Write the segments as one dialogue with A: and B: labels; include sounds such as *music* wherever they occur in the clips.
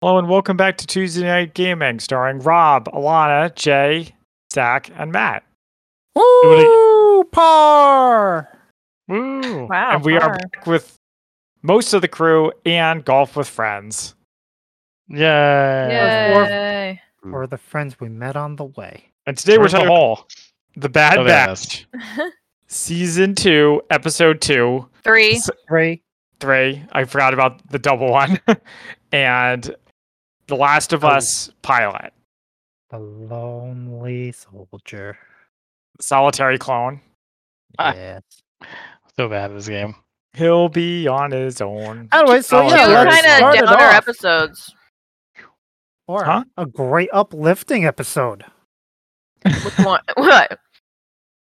A: Hello and welcome back to Tuesday Night Gaming, starring Rob, Alana, Jay, Zach, and Matt.
B: Woo! Par!
A: Woo!
C: Wow,
A: and we are
C: far.
A: back with most of the crew and golf with friends,
D: Yeah.
C: Yay.
A: Mm.
B: Or the friends we met on the way.
A: and today we're
D: Where's the
A: talking
D: hall?
A: the Bad
D: Oh, there it is.
A: Batch, season two, episode two,
C: *laughs* Three.
B: Three.
A: three. I forgot about the double one, *laughs* and the Last of
B: Oh.
A: Us pilot,
B: The lonely soldier.
A: solitary clone.
D: Ah.
B: Yes.
D: So bad at this game.
A: He'll be on his own.
B: Anyway, so
A: Oh,
C: Two
A: Yeah,
B: yeah,
A: let's
C: kind
A: start
C: of
B: kind of
C: downer episodes.
B: Or
A: Huh?
B: a great uplifting episode.
C: Which one? *laughs* What?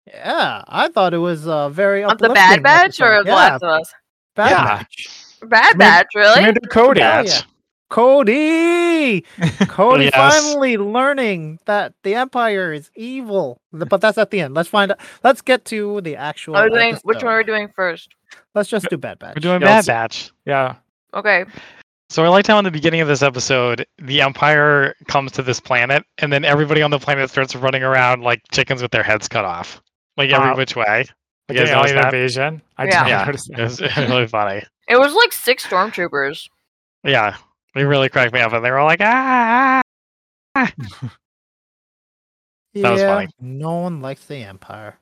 B: Yeah, I thought it was uh, very
C: On the Bad
B: uplifting.
C: Batch or
B: episode.
C: The
B: yeah,
C: Last of Us?
B: Bad
A: Yeah.
B: Batch.
C: Bad
A: Commander-
C: Batch, really?
A: Commander Cody.
B: Hell
D: That's-
B: Cody, Cody
D: Yes.
B: finally learning that the Empire is evil. But that's at the end. Let's find. out. Let's get to the actual.
C: I was doing, which
B: episode.
C: one are we doing first?
B: Let's just do Bad Batch.
A: We're doing bad.
D: Bad Batch.
A: Yeah.
C: Okay.
D: So I liked how in the beginning of this episode, the Empire comes to this planet, and then everybody on the planet starts running around like chickens with their heads cut off, like every
A: Wow.
D: which way. You
A: Again,
D: guys notice
A: alien
D: that?
A: invasion. I
C: Yeah.
A: did
D: Yeah.
A: not notice
D: It
A: that.
D: was *laughs* really funny.
C: It was like six stormtroopers.
A: Mm-hmm.
D: Yeah, it really cracked me up, and they were all like, "Ah!" That was funny.
B: No one likes the Empire.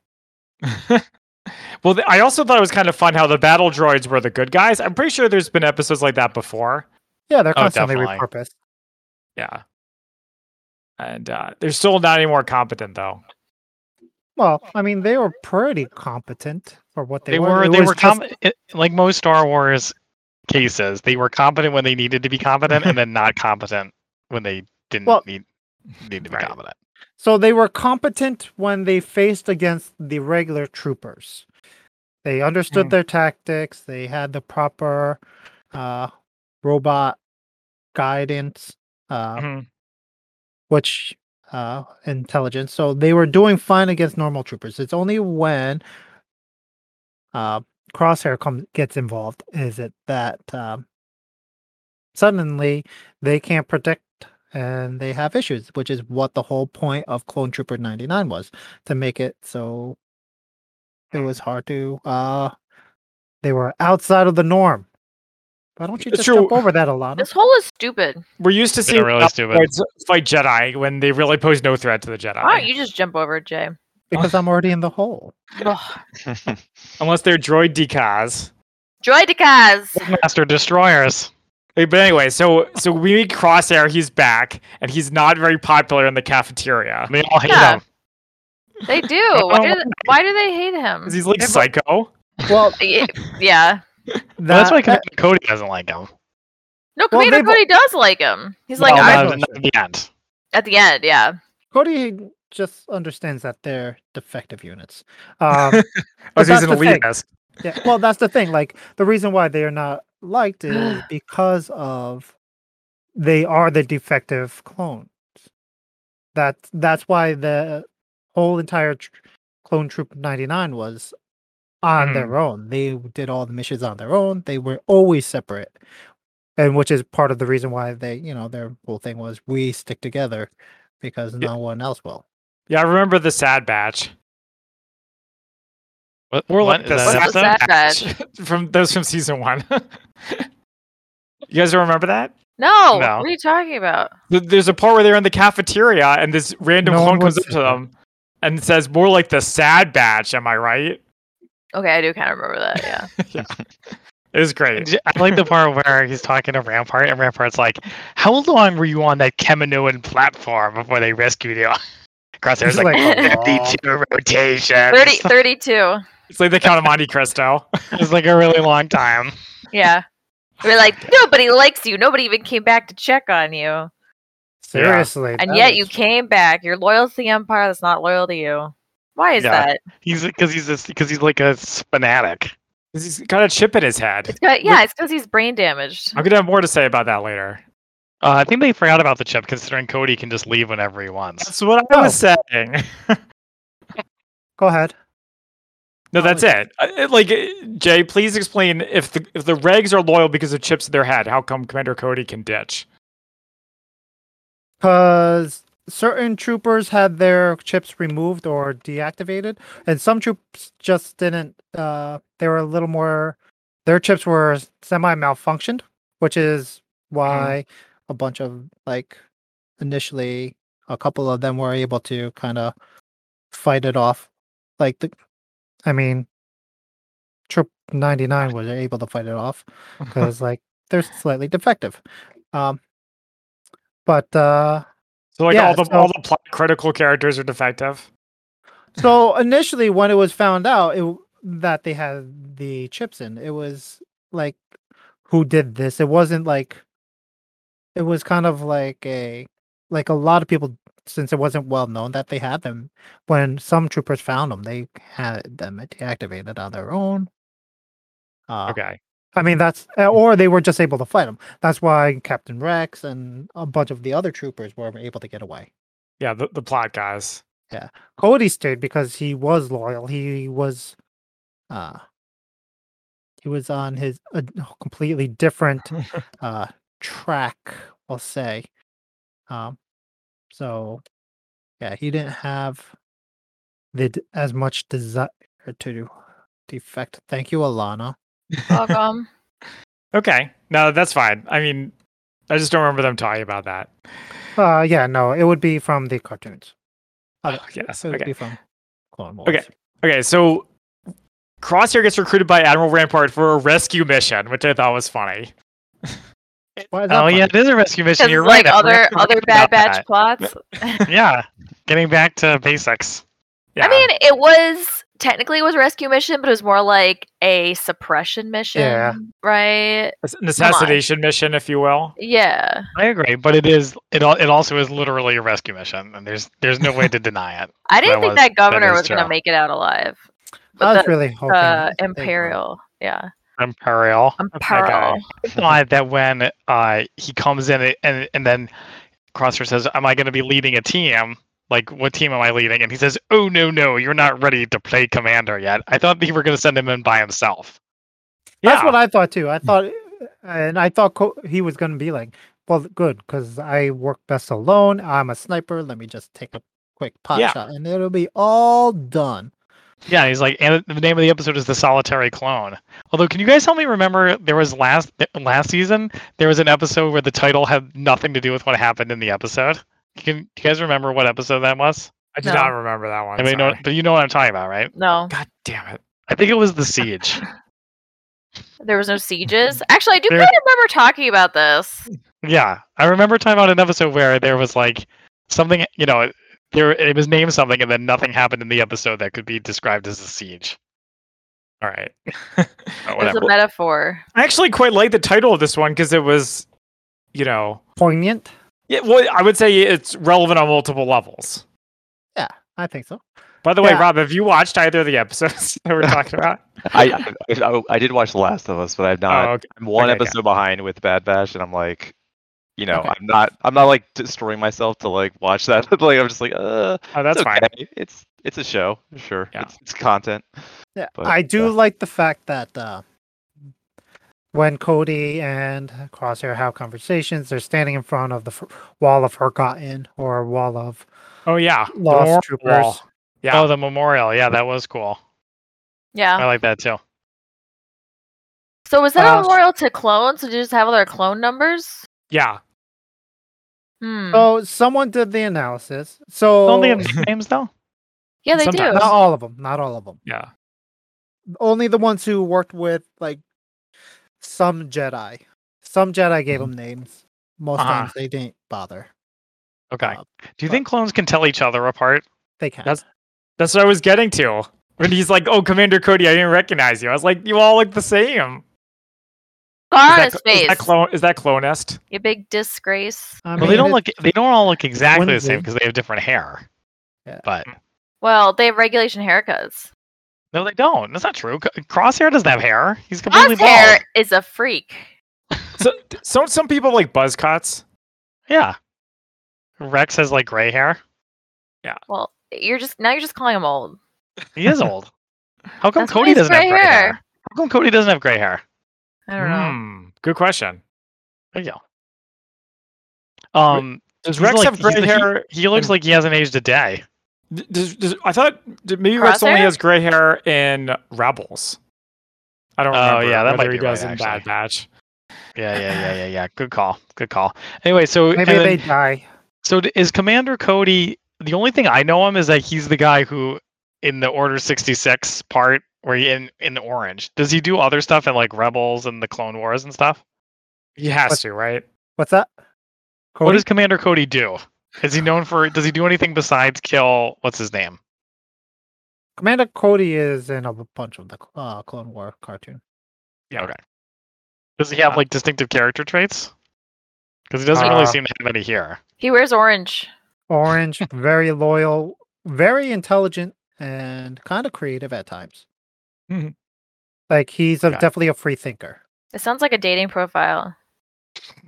A: *laughs* well, th- I also thought it was kind of fun how the battle droids were the good guys. I'm pretty sure there's been episodes like that before.
B: Yeah, they're
D: Oh,
B: constantly
D: definitely.
B: repurposed.
A: Yeah. And uh, they're still not any more competent though.
B: Well, I mean, they were pretty competent for what they,
D: They, were,
B: It
D: they
B: was
D: were
B: just-
D: com- it- like most Star Wars cases. They were competent when they needed to be competent, and then not competent when they didn't
B: Well-
D: need need to be
A: Right.
D: competent.
B: *laughs* So they were competent when they faced against the regular troopers. They understood
A: Mm.
D: Hmm.
B: their tactics. They had the proper uh, robot guidance, uh,
A: Mhm.
B: which uh, intelligence. So they were doing fine against normal troopers. It's only when uh, Crosshair comes gets involved is it that um, suddenly they can't protect and they have issues, which is what the whole point of Clone Trooper 99 was to make it so it
A: Hmm.
B: was hard to uh they were outside of the norm. Why don't you
A: It's
B: just
A: true.
B: jump over that, Alana?
C: This hole is stupid.
A: We're used to
D: They
A: seeing
D: were really
A: battle
D: stupid.
A: droids fight Jedi when they really pose no threat to the Jedi,
C: Why don't you just jump over, it, Jay?
B: Because I'm already in the hole.
C: Ugh.
A: unless they're droid decals.
C: Joy
A: *laughs*
C: Decaz.
D: Master Destroyers.
A: Hey, But anyway, so so we meet Crosshair. He's back, and he's not very popular in the cafeteria
D: They all hate
C: Yeah.
D: him.
C: They do. Why do they, why do they hate him?
A: because he's like psycho. Oh,
B: Well,
C: Y- yeah.
D: Well, that's why
B: that-
D: Commander Cody doesn't like him.
C: No,
B: Well,
C: Commander
B: they've-
C: Cody does like him. He's like,
D: Well,
B: I-
D: not, not at the end.
C: at the end, yeah.
B: Cody just understands that they're defective units. Um,
A: Oh,
B: But
A: so he's an
B: that's the thing.
A: elitist.
B: yeah, well, that's the thing. Like the reason why they are not
C: *gasps*
B: liked is because of they are the defective clones. That's that's why the whole entire tr- clone troop ninety nine was on
C: Mm-hmm.
B: their own. They did all the missions on their own. They were always separate, and which is part of the reason why they, you know, their whole thing was we stick together because no one else will.
A: Yeah, I remember the Sad Batch.
D: What,
A: More
D: what
A: like
D: is
A: the
D: that an
C: What's
D: episode?
A: *laughs*
C: that?
A: from those from season one. *laughs* you guys don't remember that?
C: No,
D: No.
C: What are you talking about?
A: Th- There's a part where they're in the cafeteria and this random
B: No
A: clone
B: one
A: comes up
B: was
A: to them and says, "More like the sad batch." Am I right?
C: Okay, I do kind of remember that.
D: *laughs*
C: Yeah.
A: It was great.
D: J- I like the part where he's talking to Rampart, and Rampart's like, "How long were you on that Kaminoan platform before they rescued you?" *laughs* Crosshair's
B: *laughs* It's
D: like,
B: like,
D: "52 rotations."
C: 30,
D: *laughs*
C: 32.
A: It's like the Count of Monte Cristo. *laughs*
D: It's like a really long time.
C: Yeah. We're like, nobody likes you. Nobody even came back to check on you.
B: Seriously,
C: And
B: that
C: yet you
B: was-
C: came back. You're loyal to the Empire that's not loyal to you. Why is
D: Yeah.
C: that?
D: He's because he's because he's like a s- fanatic.
A: He's got a chip in his head.
C: It's 'cause- yeah, it's because he's
D: *laughs*
C: brain damaged.
A: I'm gonna have more to say about that later.
D: Uh, I think they forgot about the chip, considering Cody can just leave whenever he wants.
A: That's what I was saying.
B: Go ahead.
A: No,
B: Oh,
A: that's it. Uh, it- Like uh, Jay, please explain if the if the regs are loyal because of chips in their head, how come Commander Cody can ditch?
B: because certain troopers had their chips removed or deactivated, and some troops just didn't. Uh, they were a little more. Their chips were semi malfunctioned, which is why a bunch of like initially a couple of them were able to kind of fight it off. Like the, I mean, Troop ninety nine was able to fight it off because like they're slightly defective. Um, but uh,
A: So like
B: Yeah,
A: all the all
B: so-
A: the plot critical characters are defective.
B: so initially when it was found out it, w- that they had the chips in it was like who did this it wasn't like it was kind of like a like a lot of people since it wasn't well known that they had them when some troopers found them they had them deactivated on their own uh,
D: Okay.
B: I mean, that's uh, or they were just able to fight them. That's why Captain Rex and a bunch of the other troopers were able to get away.
A: Yeah, the, the plot guys.
B: Cody stayed because he was loyal. He was, uh, he was on his a oh, completely *laughs* different uh track, we'll say. Um, so yeah, he didn't have the d- as much desire to defect. Thank you, Alana.
C: Welcome.
A: Okay. No, that's fine. I mean, I just don't remember them talking about that.
B: Uh, yeah, no, it would be from the cartoons. Uh,
A: Oh, yes.
B: it would
A: Okay.
B: be from Clone Wars.
A: Okay. Okay, so Crosshair gets recruited by Admiral Rampart for a rescue mission, which I thought was funny.
B: Why is that
D: Oh
B: funny?
D: yeah, it is a rescue mission.
C: Because
D: You're
C: like
D: right. I
C: other
D: forgot
C: other
D: about
C: bad batch
D: that.
C: plots.
D: Yeah, getting back to basics.
A: Yeah.
C: I mean, it was technically it was a rescue mission, but it was more like a suppression mission. Right?
A: It's an assassination mission, if you will.
C: Yeah.
D: I agree, but it is it al- it also is literally a rescue mission, and there's there's no way to deny it.
C: I
D: That
C: didn't think
D: was-
C: that
D: that
C: governor
D: is
C: was going to
D: true.
C: make it out alive.
B: I was
C: But
B: really
C: the
B: hoping
C: uh,
B: that they would.
C: imperial, yeah,
D: Imperial.
A: Oh
C: imperial.
D: I thought that when uh, he comes in and and then Crosshair says, "Am I going to be leading a team? Like, what team am I leading?" And he says, "Oh no, no, you're not ready to play commander yet." I thought they were going to send him in by himself.
B: That's
A: Yeah.
B: what I thought too. I thought, and I thought Co- he was going to be like, well, good, because I work best alone. I'm a sniper. Let me just take a quick pot
A: Yeah.
B: shot, and it'll be all done.
D: Yeah, he's like, and the name of the episode is the Solitary Clone. Although, can you guys help me remember? There was last th- last season. There was an episode where the title had nothing to do with what happened in the episode. Can do you guys remember what episode that was?
A: I do
C: No.
A: not remember that one.
D: I mean, no,
A: sorry.
D: but you know what I'm talking about, right?
C: No,
A: God damn it.
D: I think it was the siege. *laughs*
C: there was
A: *laughs*
C: no sieges. Actually, I do
D: There-
C: kind of remember talking about this.
D: Yeah, I remember talking about an episode where there was like something, you know, it- there it was named something, and then nothing happened in the episode that could be described as a siege.
A: All right.
D: Or
C: It was
D: whatever.
C: *laughs* a metaphor.
A: I actually quite like the title of this one because it was, you know,
B: Poignant,
A: yeah, well, I would say it's relevant on multiple levels.
B: I think so.
A: By the way,
B: Yeah.
A: Rob, have you watched either of the episodes *laughs* that we're
D: *laughs*
A: talking about?
E: I, I I did watch The Last of Us, but
D: Uh,
E: I've not.
A: oh, okay.
E: I'm one
A: okay, yeah.
E: episode behind with Bad Batch, and I'm like, you know,
A: Okay.
E: I'm not. I'm not like destroying myself to like watch that. *laughs* like I'm just like, uh,
A: Oh, that's
E: it's
A: fine.
E: okay. It's it's a show, sure.
A: Yeah.
E: It's, it's content.
B: Yeah,
E: But,
B: I do
E: yeah.
B: like the fact that uh, when Cody and Crosshair have conversations, they're standing in front of the f- wall of forgotten or wall of
A: Oh, yeah. The
B: lost
A: Memorial
B: troopers.
A: Wall. Yeah.
D: Oh, the memorial. Yeah, that was cool. I
A: Oh,
C: Yeah.
D: like that too.
C: So was that a
B: uh,
C: loyal to clones? Did you just have all their clone numbers?
A: yeah.
C: Hmm.
B: So someone did the analysis. So
D: Don't they have
A: Oh.
D: nicknames though?
C: yeah, they
A: sometimes.
C: do.
B: not all of them. Not all of them.
A: Yeah.
B: only the ones who worked with like some Jedi. Some Jedi gave
D: Mm-hmm.
B: them names. Most
D: Ah.
A: Uh-huh.
B: times they didn't bother.
D: Okay.
B: Uh,
D: Do you think clones can tell each other apart?
B: They can.
A: That's- That's what I was getting to. When he's like, "Oh, Commander Cody, I didn't recognize you." I was like, "You all look the same."
C: Scar on
A: is,
C: his
A: that, cl- is
C: face.
A: that clone? Is that clonest?
C: You big disgrace.
B: I
D: well, they don't
B: it-
D: look. They don't all look exactly the
B: wouldn't
D: same
B: they?
D: because they have different hair.
B: Yeah.
D: But
C: Well, they have regulation haircuts.
D: no, they don't. That's not true. C- Crosshair doesn't have hair. He's completely bald.
C: Crosshair is a freak.
A: So, so some people like buzz cuts.
D: Yeah. Rex has like gray hair.
C: Well, you're just now you're just calling him old.
D: He is old. How come
C: That's why
D: Cody
C: he's
D: doesn't have
C: gray
D: gray hair.
C: hair.
D: How come Cody doesn't have gray hair?
A: Hmm.
C: I don't know.
A: Good question.
D: There you go. Um,
A: Does
D: He's
A: Rex
D: like-
A: have
D: he's-
A: gray
D: he-
A: hair?
D: He looks
A: and-
D: like he hasn't aged a day.
A: D- Does, does, I thought d- maybe Rex only
C: Crosshair?
A: has gray hair in Rebels. I don't
D: Oh,
A: remember.
D: yeah, that might
A: whether he
D: be right,
A: does in Bad
D: actually.
A: Batch.
D: Yeah, yeah, yeah, yeah, yeah. Good call. Good call. Anyway, so and
B: Maybe
D: then-
B: they die.
D: So d- is Commander Cody? The only thing I know him is that he's the guy who, in the Order sixty six part, where he in in orange. Does he do other stuff in like Rebels and the Clone Wars and stuff?
A: He has
B: What-
A: to, right?
B: What's that?
D: What
B: Cody?
D: does Commander Cody do? Is he known for? Does he do anything besides kill? What's his name?
B: Commander Cody is in a bunch of the uh, Clone War cartoon.
D: Yeah. Okay. Does he have
A: Uh,
D: like distinctive character traits? Because he doesn't really
A: Uh,
D: seem to have any here.
C: He wears orange.
B: Orange,
D: *laughs*
B: very loyal, very intelligent, and kind of creative at times.
D: Mm-hmm.
A: Mhm.
B: Like he's a,
D: Got it.
B: definitely a free thinker.
C: It sounds like a dating profile.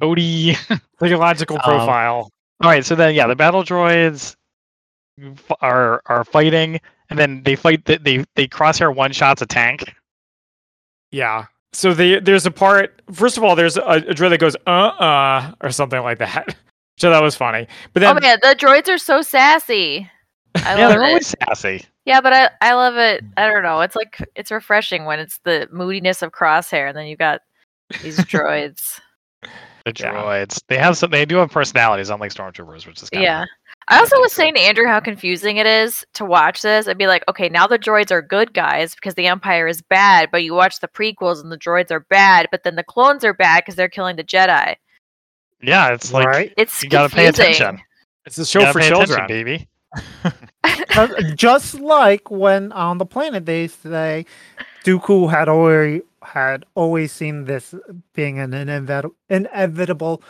D: Cody.
A: Psychological
D: Um,
A: profile.
D: All right, so then yeah, the battle droids f- are are fighting, and then they fight. The, they they crosshair one shots a tank.
A: Yeah. So the, there's a part. First of all, there's a, a droid that goes uh uh or something like that. *laughs* So that was funny. But then
C: oh man, the droids are so sassy. I
D: yeah,
C: love
D: they're
C: it.
D: always sassy.
C: Yeah, but I, I love it. I don't know. It's like it's refreshing when it's the moodiness of Crosshair, and then you got these droids.
D: The
A: Yeah.
D: droids. They have some. They do have personalities, unlike stormtroopers, which is kind
C: yeah.
D: Of,
C: I also
D: that's
C: was
D: true.
C: saying to Andrew how confusing it is to watch this and be like, okay, now the droids are good guys because the Empire is bad, but you watch the prequels and the droids are bad, but then the clones are bad because they're killing the Jedi.
D: yeah, it's like
B: right?
C: It's
D: you gotta pay
C: confusing.
D: attention.
A: it's a
D: You
A: show
D: gotta
A: for
D: pay attention,
A: children. *laughs*
D: baby.
B: Ju- Just like when on the planet they say Dooku had already had always seen this being an inevit- inevitable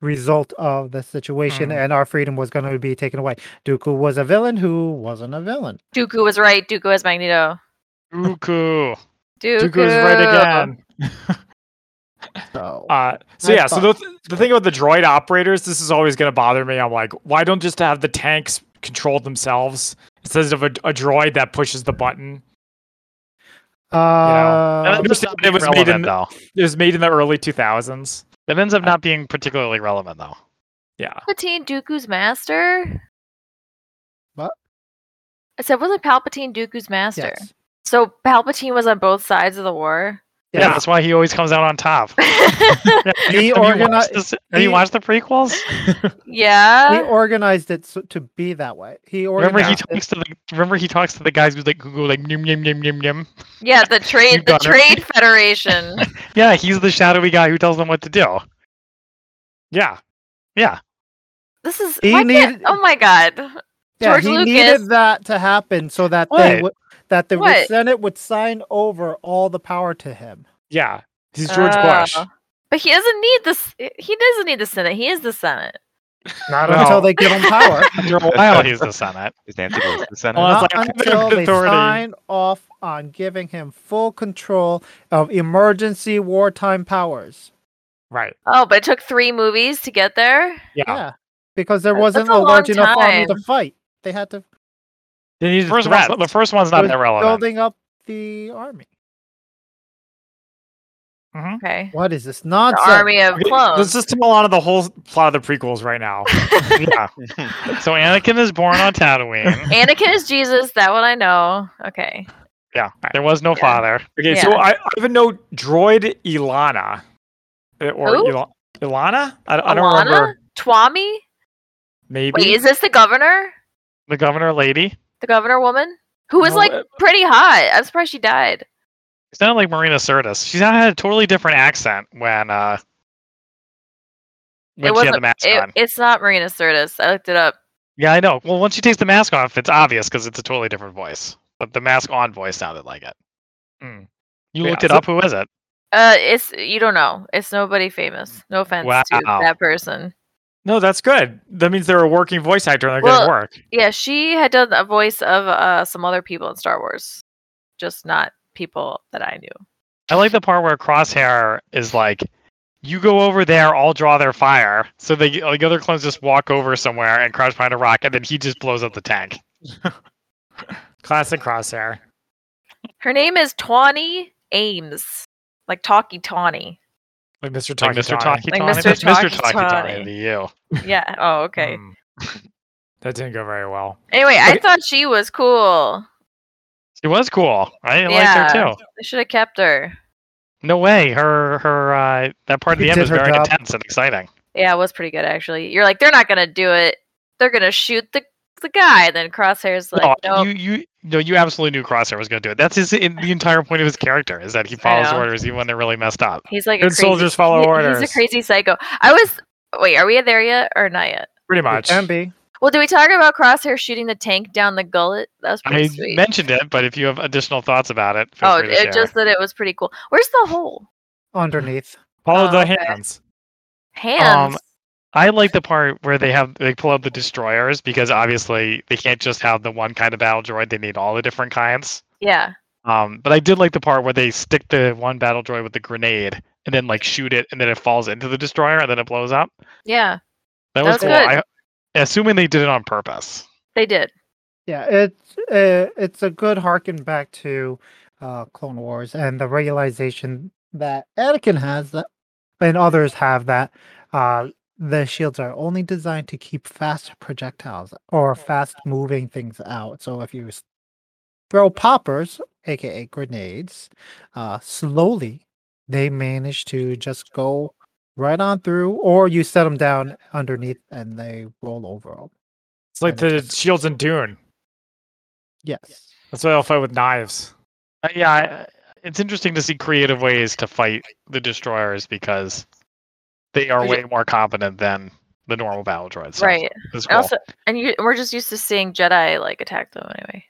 B: result of the situation
A: Mhm.
D: Mm.
B: and our freedom was going to be taken away. Dooku was a villain who wasn't a villain.
C: Dooku was right. Dooku is Magneto.
D: Dooku.
C: Dooku.
A: Dooku's right again.
B: So
A: Uh, so
B: I
A: yeah, so the,
B: thought-
A: the thing about the droid operators, this is always going to bother me. I'm like, why don't just have the tanks control themselves instead of a, a droid that pushes the button?
D: That
B: uh,
A: know.
D: ends up
A: understand
D: not being
A: it was made
D: relevant,
A: in-
D: though.
A: It was made in the early 2000s.
D: That ends up not being particularly relevant, though.
A: Yeah,
C: Palpatine Dooku's master?
B: What?
C: I said, wasn't Palpatine Dooku's master?
B: yes.
C: So Palpatine was on both sides of the war? *laughs*
D: Yeah,
B: Yeah.
D: that's why he always comes out on top.
B: He
D: Have you watched
B: organized
D: this- have you
B: he-
D: watched the prequels?
B: he
C: yeah.
B: organized it so, to be that way. He organized
D: Remember he
B: it-
D: talks to the remember he talks to the guys who's like who go like nim nim nim nim nim.
C: Yeah, the trade the
D: got it.
C: trade federation.
D: Yeah, he's the shadowy guy who tells them what to do.
A: yeah.
D: Yeah,
C: This is
B: He
C: why can't-
B: needed-
C: oh my god.
B: Yeah,
C: George
B: he
C: Lucas.
B: needed that to happen so that
D: What?
B: they would that the
C: What?
B: Senate would sign over all the power to him.
A: Yeah, he's George
C: Oh.
A: Bush.
C: But he doesn't need this he doesn't need the Senate. He is the Senate.
B: Not
A: Well- *laughs*
B: until they give him power.
D: after a while he's the Senate.
E: Is Nancy Pelosi the Ah, Senate?
A: Well,
B: not
A: it's like,
B: until they
A: authority.
B: sign off on giving him full control of emergency wartime powers.
A: Right.
C: Oh, but it took three movies to get there.
A: Yeah.
B: Yeah. Because there
C: That's
B: wasn't
C: a
B: a, large
C: long
B: enough army to
C: time.
B: fight. They had to
A: They needed
D: *laughs* First
A: threats.
D: one, the first one's not
B: was
D: that relevant.
B: building up the army.
C: Okay.
B: What is this
C: The
B: nonsense?
C: army of
A: Okay, Let's
C: clones.
A: just tell a lot of the whole plot of the prequels right
C: *laughs*
A: now.
D: yeah. So Anakin is born on
C: *laughs*
D: Tatooine.
C: Anakin is Jesus, that one I know. Okay.
D: Yeah, there was no
C: Yeah.
D: father.
A: Okay, so
C: Yeah.
A: I, I even know droid Ilana Uh, or
C: Who?
A: Ila- Ilana. I, I don't
C: Alana?
A: remember.
C: Twami?
A: Maybe
C: Wait, is this the governor?
D: The governor lady.
C: The governor woman? Who was
A: No,
C: like
A: uh,
C: pretty hot. I'm surprised she died.
D: She sounded like Marina Sirtis. She sounded had a totally different accent when uh when she had the mask
C: it-
D: on.
C: it's not Marina Sirtis. I looked it up.
D: Yeah, I know. Well, once she takes the mask off, it's obvious because it's a totally different voice. But the mask on voice sounded like it. Hmm. You
A: Yeah,
D: looked it
A: so-
D: up. Who is it?
C: Uh, it's you don't know. It's nobody famous. No offense to
D: Wow.
C: that person.
A: no, that's good. That means they're a working voice actor and they're good
C: Well,
A: at work.
C: Yeah, she had done a voice of uh some other people in Star Wars, just not people that I knew.
D: I like the part where Crosshair is like, "You go over there, I'll draw their fire." So the like other clones just walk over somewhere and crouch behind a rock, and then he just blows up the tank.
A: Classic crosshair. *laughs*
C: Her name is Tawny Ames, like Talkie Tawny.
A: Like Mr.
D: Like
A: Takitani.
D: Mr. Takitani.
C: Like Mr.
D: That's Mr.
C: Takitani.
D: Takitani to you.
C: Yeah. Oh, okay.
A: Hmm. that didn't go very well.
C: Anyway, I
A: Okay.
C: thought she was cool.
D: She was cool. I liked her
C: Yeah.
D: too.
C: They should have kept her.
D: No way. Her her uh, that part of
B: She
D: the end
B: did
D: was
B: her
D: very
B: job.
D: intense and exciting.
C: Yeah, it was pretty good actually. You're like, they're not gonna do it. They're gonna shoot the the guy. And then Crosshair's like,
D: no,
C: nope.
D: Oh, you you no, you absolutely knew Crosshair was going to do it. That's his in, the entire point of his character is that he follows
C: know.
D: orders even when they're really messed up.
C: He's like a
A: Good
C: crazy,
A: soldiers follow
C: he- He's
A: orders.
C: a crazy psycho. I was wait, are we there yet or not yet?
A: Pretty
B: It
A: much.
B: can be.
C: Well, did we talk about Crosshair shooting the tank down the gullet? That was pretty
D: I
C: sweet.
D: mentioned it, but if you have additional thoughts about it, feel
C: oh,
D: free to share.
C: it just that it was pretty cool. Where's the hole?
B: Underneath.
A: Follow
C: Oh,
A: the
C: okay.
A: hands.
D: Um,
C: Hands.
D: I like the part where they have they pull up the destroyers because obviously they can't just have the one kind of battle droid; they need all the different kinds.
C: yeah.
D: Um, but I did like the part where they stick the one battle droid with the grenade and then like shoot it, and then it falls into the destroyer and then it blows up.
C: Yeah.
D: That,
C: That
D: was,
C: was
D: cool.
C: good.
D: I, assuming they did it on purpose.
C: They did.
B: Yeah, it's uh, it's a good harken back to uh, Clone Wars and the realization that Anakin has that, and others have that uh, the shields are only designed to keep fast projectiles or fast moving things out. So if you s- throw poppers, aka grenades, uh, slowly, they manage to just go right on through, or you set them down underneath and they roll over 'em.
A: It's like
B: Yeah,
A: the shields in Dune.
B: Yes.
A: That's why they'll fight with knives.
D: Uh, yeah, I- it's interesting to see creative ways to fight the destroyers because they are
A: Yeah.
D: way more competent than the normal battle droids. so
C: Right.
D: it's
C: And
D: cool.
C: Also, and you, we're just used to seeing Jedi like attack them anyway.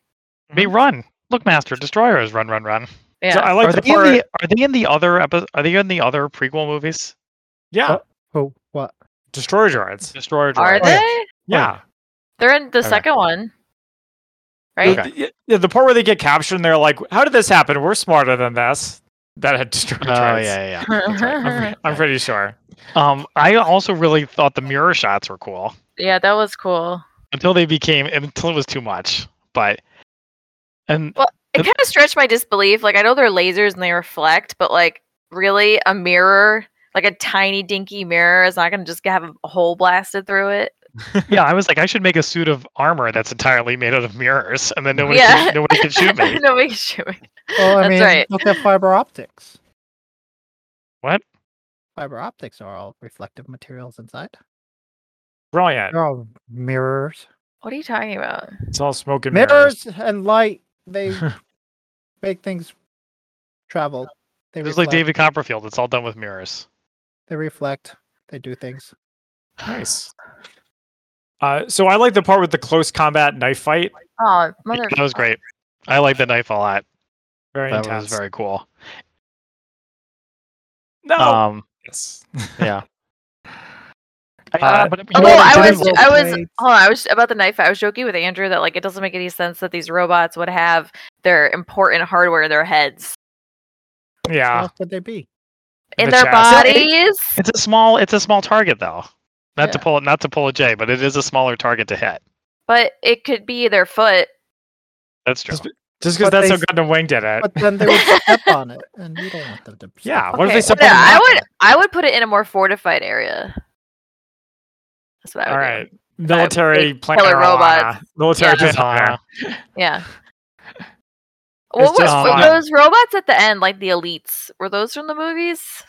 D: They
C: Mhm.
D: run. Look, Master Destroyers, run, run, run.
C: Yeah.
A: So I like
D: are,
A: the
D: they in
A: part.
D: the, are they in the other epi- Are they in the other prequel movies?
A: yeah.
B: What? Oh, what?
A: Destroyer droids.
D: Destroyer
C: Are
D: droids.
B: yeah.
C: they?
A: Yeah.
C: They're in the
D: Okay.
C: second one, right?
D: Okay.
A: The, yeah, the part where they get captured and they're like, how did this happen? We're smarter than this. That had destroyer
D: Oh
A: droids. *laughs*
D: yeah, yeah. That's right. I'm re-
A: I'm pretty sure.
D: Um, I also really thought the mirror shots were cool
C: Yeah, that was cool.
D: until they became until it was too much. But
A: *laughs*
D: and
C: It
D: Yep.
C: kind of stretched my disbelief. Like I know they're lasers and they reflect, but like really, a mirror, like a tiny dinky mirror, is not going to just have a hole blasted through it.
D: yeah, I was like, I should make a suit of armor that's entirely made out of mirrors, and then nobody
C: Yeah.
D: can, nobody can shoot
C: *laughs*
D: me.
C: Nobody can shoot me.
B: Well, I
C: That's
B: mean,
C: right.
B: look at fiber optics.
D: What?
B: Fiber optics are all reflective materials inside.
A: Brilliant.
B: They're all mirrors.
C: What are you talking about?
A: It's all smoke and mirrors.
B: Mirrors and light,
A: *laughs*
B: they make things travel. They
D: It
B: reflect,
D: was like David Copperfield. It's all done with mirrors.
B: they reflect, they do things.
A: Nice. Uh, so I like the part with the close combat knife fight.
C: Oh,
D: Yeah,
C: mother.
D: That was great. I like the knife a lot.
A: Very
D: That
A: intense.
D: was very cool.
A: no.
C: Oh.
D: Um,
A: Oh, yes.
D: yeah.
A: Uh,
D: but you
C: Oh,
D: know what
B: it
C: I
D: didn't
C: was,
B: look
C: I was,
B: great.
C: hold on, I was about the knife. I was joking with Andrew that like it doesn't make any sense that these robots would have their important hardware in their heads,
B: What
A: Yeah.
B: else could they be?
C: in
A: The
C: their
A: chassis.
D: So it-
C: bodies.
D: It's a small. It's a small target though. Not to
C: Yeah.
D: pull. Not to pull a J, but it is a smaller target to hit.
C: But it could be their foot.
D: That's true.
A: Just be- Just because
B: But
A: that's
B: they
A: how
B: s-
A: Gundam Wing did it.
B: But then they would step on it, and you don't want them to. step
A: Yeah,
B: on
A: what if they
B: it.
A: step
C: whatever.
A: on the
C: I would,
A: rocket?
C: I would put it in a more fortified area. That's what I would.
A: All
C: do.
A: right. Military
C: big
A: planet
C: killer robots.
A: Alana. Military
C: Yeah.
A: planet
D: Uh,
A: Alana. *laughs*
C: Yeah. What
A: just
C: was, were
A: fun.
C: those robots at the end, like the elites? Were those from the movies?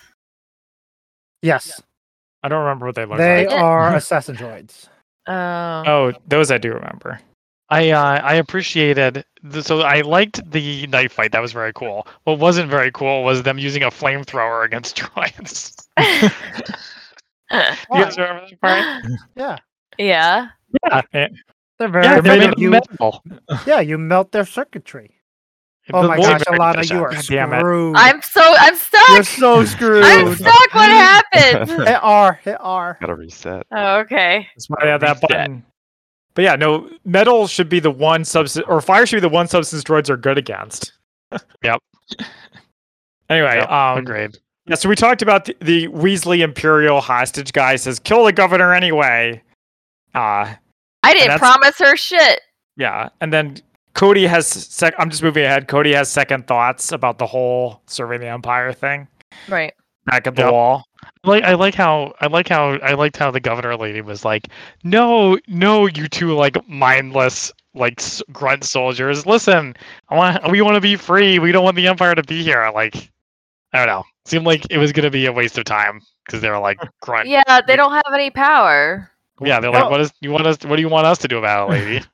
B: Yes,
A: I don't remember what they looked
B: they
A: like.
B: are assassin droids.
A: *laughs*
C: Oh,
A: Oh, those I do remember.
D: I uh, I appreciated the, so I liked the knife fight. That was very cool. What wasn't very cool was them using a flamethrower against *laughs* droids.
A: Oh.
C: *laughs*
D: Do you guys remember that part?
B: Yeah,
C: yeah.
B: they're
D: Yeah,
B: very.
D: they're
B: afraid
D: made
B: of
D: of
B: you,
D: metal.
B: yeah, you melt their circuitry.
D: It
B: Oh
D: doesn't
B: my
D: seem
B: gosh,
D: very
B: Alana,
D: efficient.
B: you are
A: God damn it.
B: screwed.
C: I'm so I'm stuck.
B: You're so screwed.
C: *laughs* I'm stuck.
A: *laughs*
C: What
B: *laughs*
C: happened?
B: Hit R. Hit R.
E: Gotta reset.
C: oh, okay.
A: That's why they had that
D: Reset.
A: button. But yeah, no, metal should be the one substance, or fire should be the one substance droids are good against.
D: Yep.
A: *laughs* Anyway,
D: Yep,
A: um,
D: Agreed.
A: Yeah, so we talked about the, the Weasley Imperial hostage guy says, kill the governor anyway. Uh,
C: I didn't
A: that's-
C: promise her shit.
A: yeah. And then Cody has, sec- I'm just moving ahead. Cody has second thoughts about the whole serving the empire thing.
C: Right.
A: back at the
D: Yep.
A: wall.
D: like I like how I like how I liked how the governor lady was like, no, no, you two like mindless like s- grunt soldiers. Listen, I want we want to be free. We don't want the empire to be here. Like, I don't know. Seemed like it was gonna be a waste of time because they were
C: *laughs*
D: like grunt. Yeah,
C: Yeah, they
D: Like-
C: don't have any power.
D: they're like,
B: No.
D: what is you want us? What do you want us to do
C: *laughs*
D: about it, lady?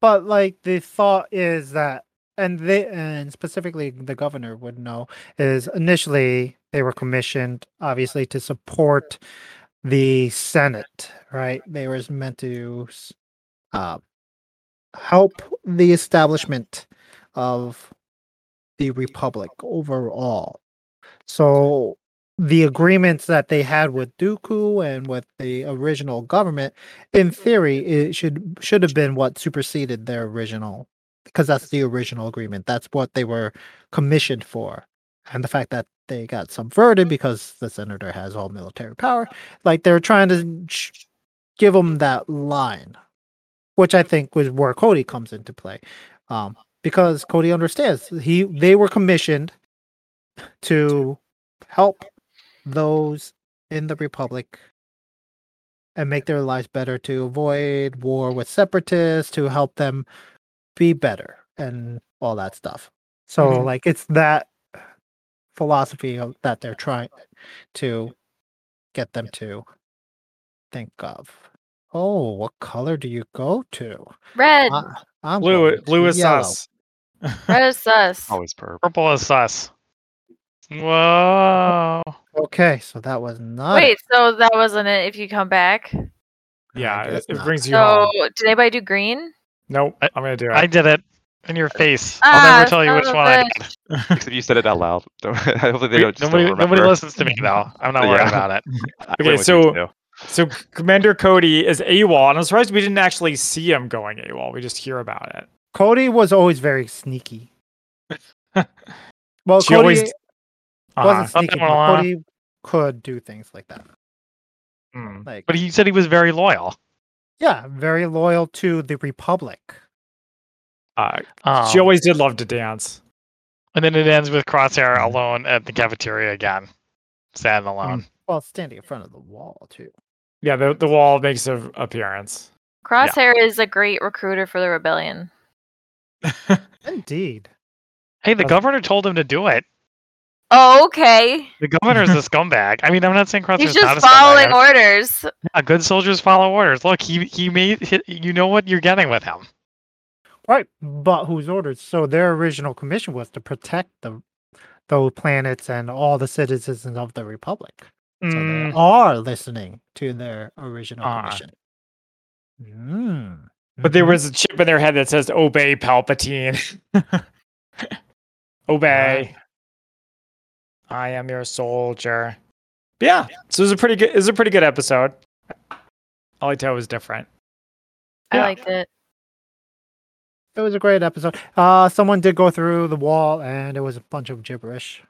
B: But like the thought is that, and they and specifically the governor would know is initially they were commissioned obviously to support the Senate, right? They were meant to s- uh, help the establishment of the republic overall. So the agreements that they had with Dooku and with the original government in theory, it should should have been what superseded their original, because that's the original agreement. That's what they were commissioned for, and the fact that they got subverted because the senator has all military power, like they're trying to sh- give them that line, which I think was where Cody comes into play, um, because Cody understands he they were commissioned to help those in the republic and make their lives better to avoid war with separatists to help them be better and all that stuff so
A: Mhm.
B: like it's that philosophy of, that they're trying to get them to think of oh what color do you go to
C: Red,
B: I- I'm
A: Blue,
B: going
A: blue
B: to
A: is
B: yellow.
A: us.
C: red is sus.
A: Oh,
E: Always purple.
D: Purple is sus. Whoa.
B: okay so that was not it.
C: Wait, so that wasn't it. If you come back,
A: Yeah,
B: guess
A: it, it
B: not.
A: brings you
C: so
A: home.
C: did anybody do green?
A: Nope,
D: I-
A: I'm gonna do it.
D: I did it in your face.
C: Ah,
D: I'll never tell you
C: son
D: which
C: of a
D: one I
C: bitch.
D: did.
E: Except you said it out loud. *laughs* Don't- Hopefully they
D: We-
E: don't. Just
D: nobody,
E: don't
D: nobody
E: remember.
D: listens to me though. I'm not worried
E: Yeah.
D: about it.
E: I
A: Okay,
E: went with
A: so-
E: you too.
A: So C- Commander Cody is AWOL, and I'm surprised we didn't actually see him going AWOL. We just hear about it.
B: Cody was always
A: *laughs*
B: very sneaky. well,
A: She
B: Cody
A: always- Uh-huh.
B: wasn't
D: Something
B: sneaky,
D: wrong.
B: but Cody could do things like that.
A: Mm.
B: Like,
D: But he said he was very loyal.
B: yeah, very loyal to the Republic.
A: Uh,
D: Um,
A: she always did love to dance.
D: And then it ends with Crosshair alone at the cafeteria again. Sad and alone.
B: Well, standing in front of the wall too.
A: Yeah, the, the wall makes an appearance.
C: Crosshair is a great recruiter for the rebellion.
B: Indeed.
D: Hey, the
A: That's-
D: governor told him to do it.
C: Oh, okay.
D: The governor's a scumbag. I mean, I'm not saying
C: He's
D: Crosshair's not
C: just
D: a scumbag.
C: following
D: I'm-
C: orders.
D: Yeah, good soldiers follow orders. Look, he he made he, you know what you're getting with him.
B: Right, but whose orders? So their original commission was to protect the those planets and all the citizens of the Republic. So
D: Mm,
B: they are listening to their original
A: Ah.
B: commission. Mm.
A: But there
B: Mhm.
A: was a chip in their head that says, Obey Palpatine. *laughs* Obey. I am your soldier. But yeah, so it was a pretty good it was a pretty good episode. I liked how it was different.
C: I
A: Yeah.
C: liked it.
B: It was a great episode. Uh, someone did go through the wall, and it was a bunch of gibberish.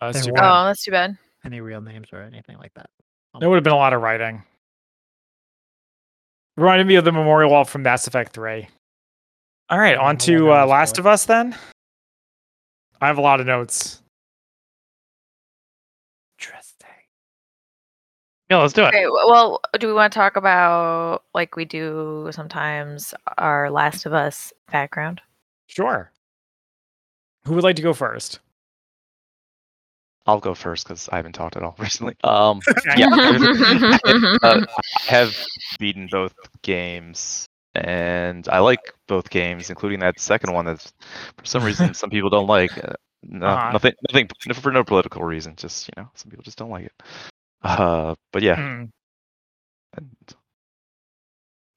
A: Uh,
B: They
A: super-
B: were. Yeah.
C: Oh, that's too bad.
B: Any real names or anything like that?
A: There would have been a lot of writing. Reminded me of the memorial wall from Mass Effect 3. All right,
B: Yeah, I
A: on
B: know
A: to
B: what that
A: uh,
B: was
A: Last
B: for.
A: of Us then. I have a lot of notes.
B: Interesting.
D: yeah, let's do it.
C: Okay, w- well, do we want to talk about like we do sometimes our Last of Us background?
A: Sure. Who would like to go first?
E: I'll go first because I haven't talked at all *laughs* recently.
A: *laughs*
E: Um,
A: Okay.
C: *laughs*
E: yeah, *laughs* I, uh, I have beaten both games, and I like both games, including that second one that, for
A: *laughs*
E: some reason, some people don't like. Uh, no,
A: Uh-huh.
E: Nothing, nothing no- for no political reason. Just you know, some people just don't like it. Uh, but yeah,
A: Hmm.
E: and,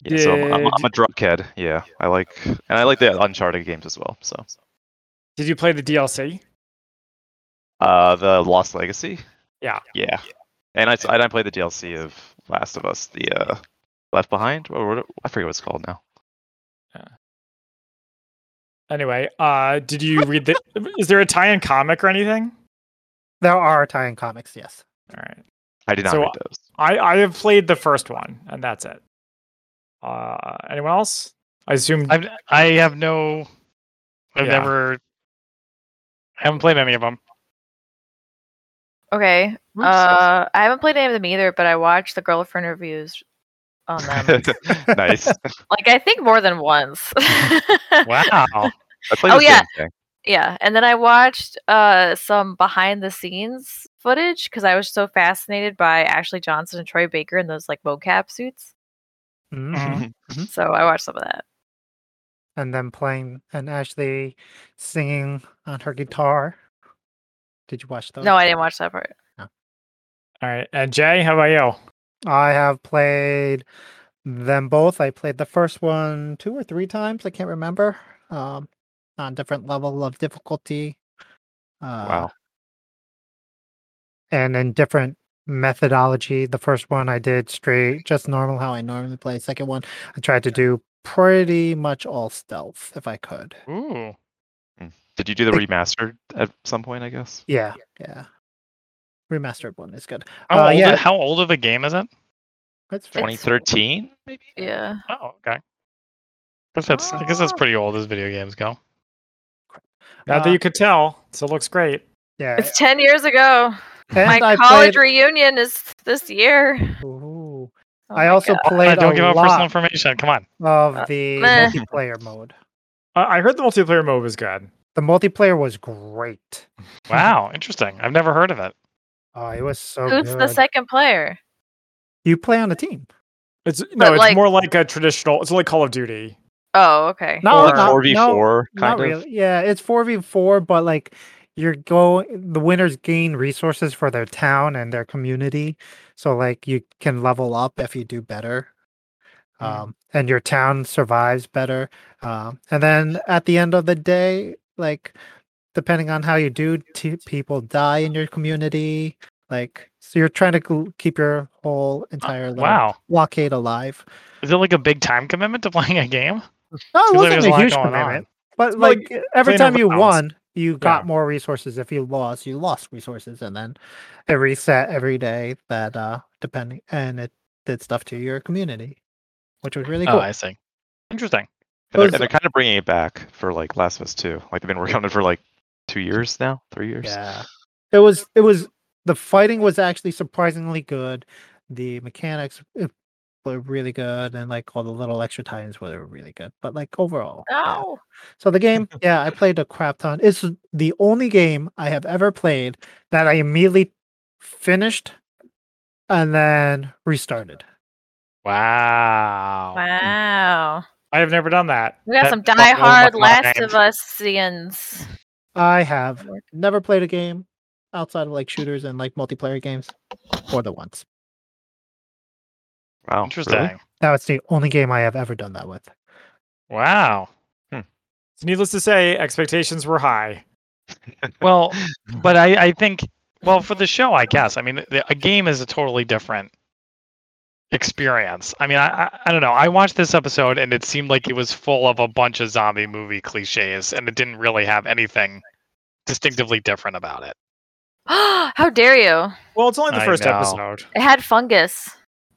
E: yeah. So I'm, I'm, I'm a drughead. Yeah, I like, and I like the Uncharted games as well. So
A: Did you play the DLC?
E: Uh, the Lost Legacy.
A: Yeah.
E: Yeah. And I s- and I played the DLC of Last of Us, the uh, Left Behind. What, what, I forget what it's called now.
A: Anyway, uh, did you read the? Is there a tie-in comic or anything?
B: There are Italian comics, yes.
A: All right,
E: I did not
A: So,
E: read
A: uh,
E: those.
A: I I have played the first one, and that's it. Uh, anyone else? I assume.
D: I've, I have no. I've
A: Yeah.
D: never. I haven't played any of them.
C: Okay. Uh, I haven't played any of them either, but I watched the girlfriend reviews on
B: uh,
C: them.
D: *laughs*
B: um,
E: *laughs* nice.
C: like I think more than once. *laughs*
D: Wow.
E: I played
C: Oh,
E: the
C: yeah.
E: same thing.
C: yeah, and then I watched uh some behind the scenes footage because I was so fascinated by Ashley Johnson and Troy Baker in those like mocap suits.
A: Mm-hmm.
B: Mhm.
C: So I watched some of that.
B: And then playing and Ashley singing on her guitar. Did you watch those?
C: No, I didn't watch that part.
A: All right. And Jay, how about you?
B: I have played them both. I played the first one two or three times. I can't remember. Um, on different level of difficulty. Uh,
E: Wow.
B: And in different methodology. The first one I did straight, just normal, how I normally play. Second one, I tried to do pretty much all stealth if I could.
D: Ooh.
E: Did you do the
B: Like-
E: remastered at some point? I guess.
B: Yeah, yeah. Remastered one is good.
D: How,
B: Uh,
D: old,
B: yeah.
D: how old of a game is it?
B: That's fair.
E: 2013, maybe.
C: Yeah.
D: Oh, okay. Guess that's, I guess that's
C: Ah.
D: pretty old as video games go.
A: Now
B: Uh,
A: that you could tell, so it looks great.
B: Yeah.
C: It's 10 years ago.
B: and
C: My
B: I
C: college
B: played-
C: reunion is this
B: *laughs*
C: year. Oh
B: Ooh. I
C: my God.
B: also
C: Uh,
D: All right,
B: played
D: don't
B: a
D: give out
B: lot
D: personal information. Come on.
B: of the
C: meh.
B: multiplayer mode.
A: I I heard the multiplayer mode was good.
B: The multiplayer was great.
D: Wow, interesting. I've never heard of it.
B: Oh, it was so
C: Who's
B: good.
C: the second player?
B: you play on a team.
A: It's no,
C: But,
A: it's
C: like-
A: more like a traditional. It's like Call of Duty.
C: Oh, okay.
B: No,
E: like
B: not-
E: 4v4
B: no, not
E: kind of.
B: really. Yeah, it's four v four, but like you're go the winners gain resources for their town and their community. So like you can level up if you do better.
D: Mm.
B: Um, and your town survives better. Um, and then at the end of the day, like depending on how you do, t- people die in your community. Like so, you're trying to gl- keep your whole entire little
D: Wow.
B: blockade alive.
D: Is it like a big time commitment to *laughs* playing a game?
B: No, it
D: Seems like
B: wasn't
D: there's
B: Oh, a
D: lot
B: huge
D: going
B: commitment.
D: on.
B: But
A: It's more
B: like every
A: playing
B: time you
A: around.
B: won, you got
A: Yeah.
B: more resources. If you lost, you lost resources, and then it reset every day. That uh, depending, and it did stuff to your community, which was really cool.
D: Oh, I see. Interesting.
E: And they're,
B: Those-
E: and they're kind of bringing it back for like Last of Us 2. Like they've been working on it for like two years now, three years.
B: Yeah, it was. It was the fighting was actually surprisingly good. The mechanics uh, were really good, and like all the little extra tie-ins were really good. But like overall, yeah. *laughs*
C: Oh.
B: So
D: *laughs*
B: the game, yeah, I played a crap ton. It's the only game I have ever played that I immediately finished and then restarted.
D: Wow.
C: Wow.
A: I have never done that.
C: We got
D: That
C: some
D: blows my
C: diehard Last
D: mind.
C: of uh, Usians. *gasps*
B: I have never played a game outside of like shooters and like multiplayer games or the ones.
E: Wow.
D: Interesting.
E: really?
B: Now it's the only game I have ever done that with.
D: Wow.
A: So needless to say, expectations were high.
D: Well, but I, I think, well, for the show, I guess. I mean, the, a game is a totally different experience. I mean, I, I, I don't know. I watched this episode and it seemed like it was full of a bunch of zombie movie cliches and it didn't really have anything distinctively different about it.
C: How dare you?
A: Well, it's only the
D: I
A: first
D: know.
A: episode.
C: It had fungus.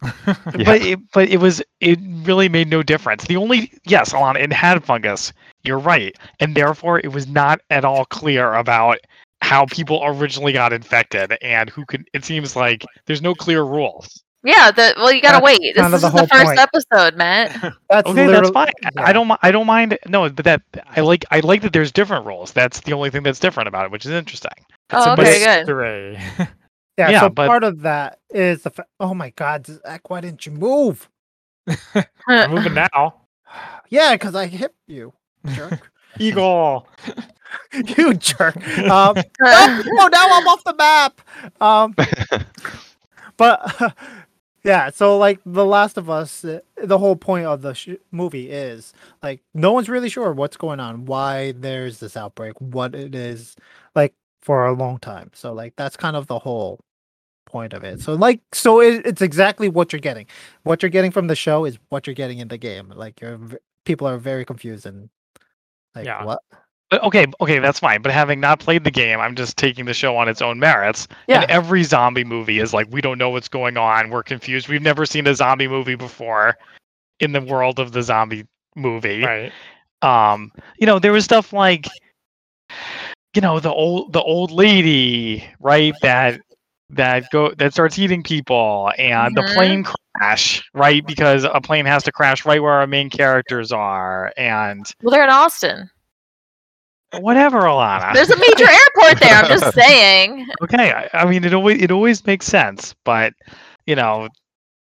E: Yeah.
D: But it, but it was it really made no difference. The only yes, Alana, it had fungus. You're right, and therefore it was not at all clear about how people originally got infected and who could. It seems like there's no clear rules.
C: Yeah, the, well, you gotta
B: That's
C: wait. This
B: kind of
C: is
B: the
C: the,
B: whole
C: first
B: point.
D: *laughs*
C: episode, Oh, Matt.
B: That's
D: Okay, that's
B: literally-
D: fine. I- I
B: Oh, yeah.
D: don't mi- I don't mind. No, but that I like I like that there's different rules. That's the only thing that's different about it, which is interesting.
C: oh,
A: It's a
C: okay, good.
A: mystery.
B: Yeah,
D: yeah,
B: so
D: but-
B: part of that is the fa- oh my god, Zach, why didn't you move?
A: *laughs* I'm
D: *laughs*
A: moving now.
B: Yeah, because I hit you, jerk. *laughs*
D: *laughs*
A: Eagle.
B: you jerk. Um, no, no, now I'm off the map. Um, *laughs* but *laughs* yeah, so like The Last of Us, uh, the whole point of the sh- movie is like no one's really sure what's going on, why there's this outbreak, what it is, like for a long time. So like that's kind of the whole point of it. So like so it, it's exactly what you're getting. What you're getting from the show is what you're getting in the game. Like you're v- people are very confused and like
A: Yeah.
B: what?
D: But okay, okay, that's fine. But having not played the game, I'm just taking the show on its own merits.
B: Yeah.
D: And every zombie movie is like, we don't know what's going on. We're confused. We've never seen a zombie movie before in the world of the zombie movie.
A: Right.
D: Um, you know, there was stuff like, you know, the old the old lady, right? That that go that starts eating people and the
C: Mhm.
D: plane crash right because a plane has to crash right where our main characters are and
C: Well, they're in Austin.
D: whatever Alana.
C: There's
D: *laughs*
C: a major airport there. I'm just saying.
D: okay I, I mean it always it always makes sense but you know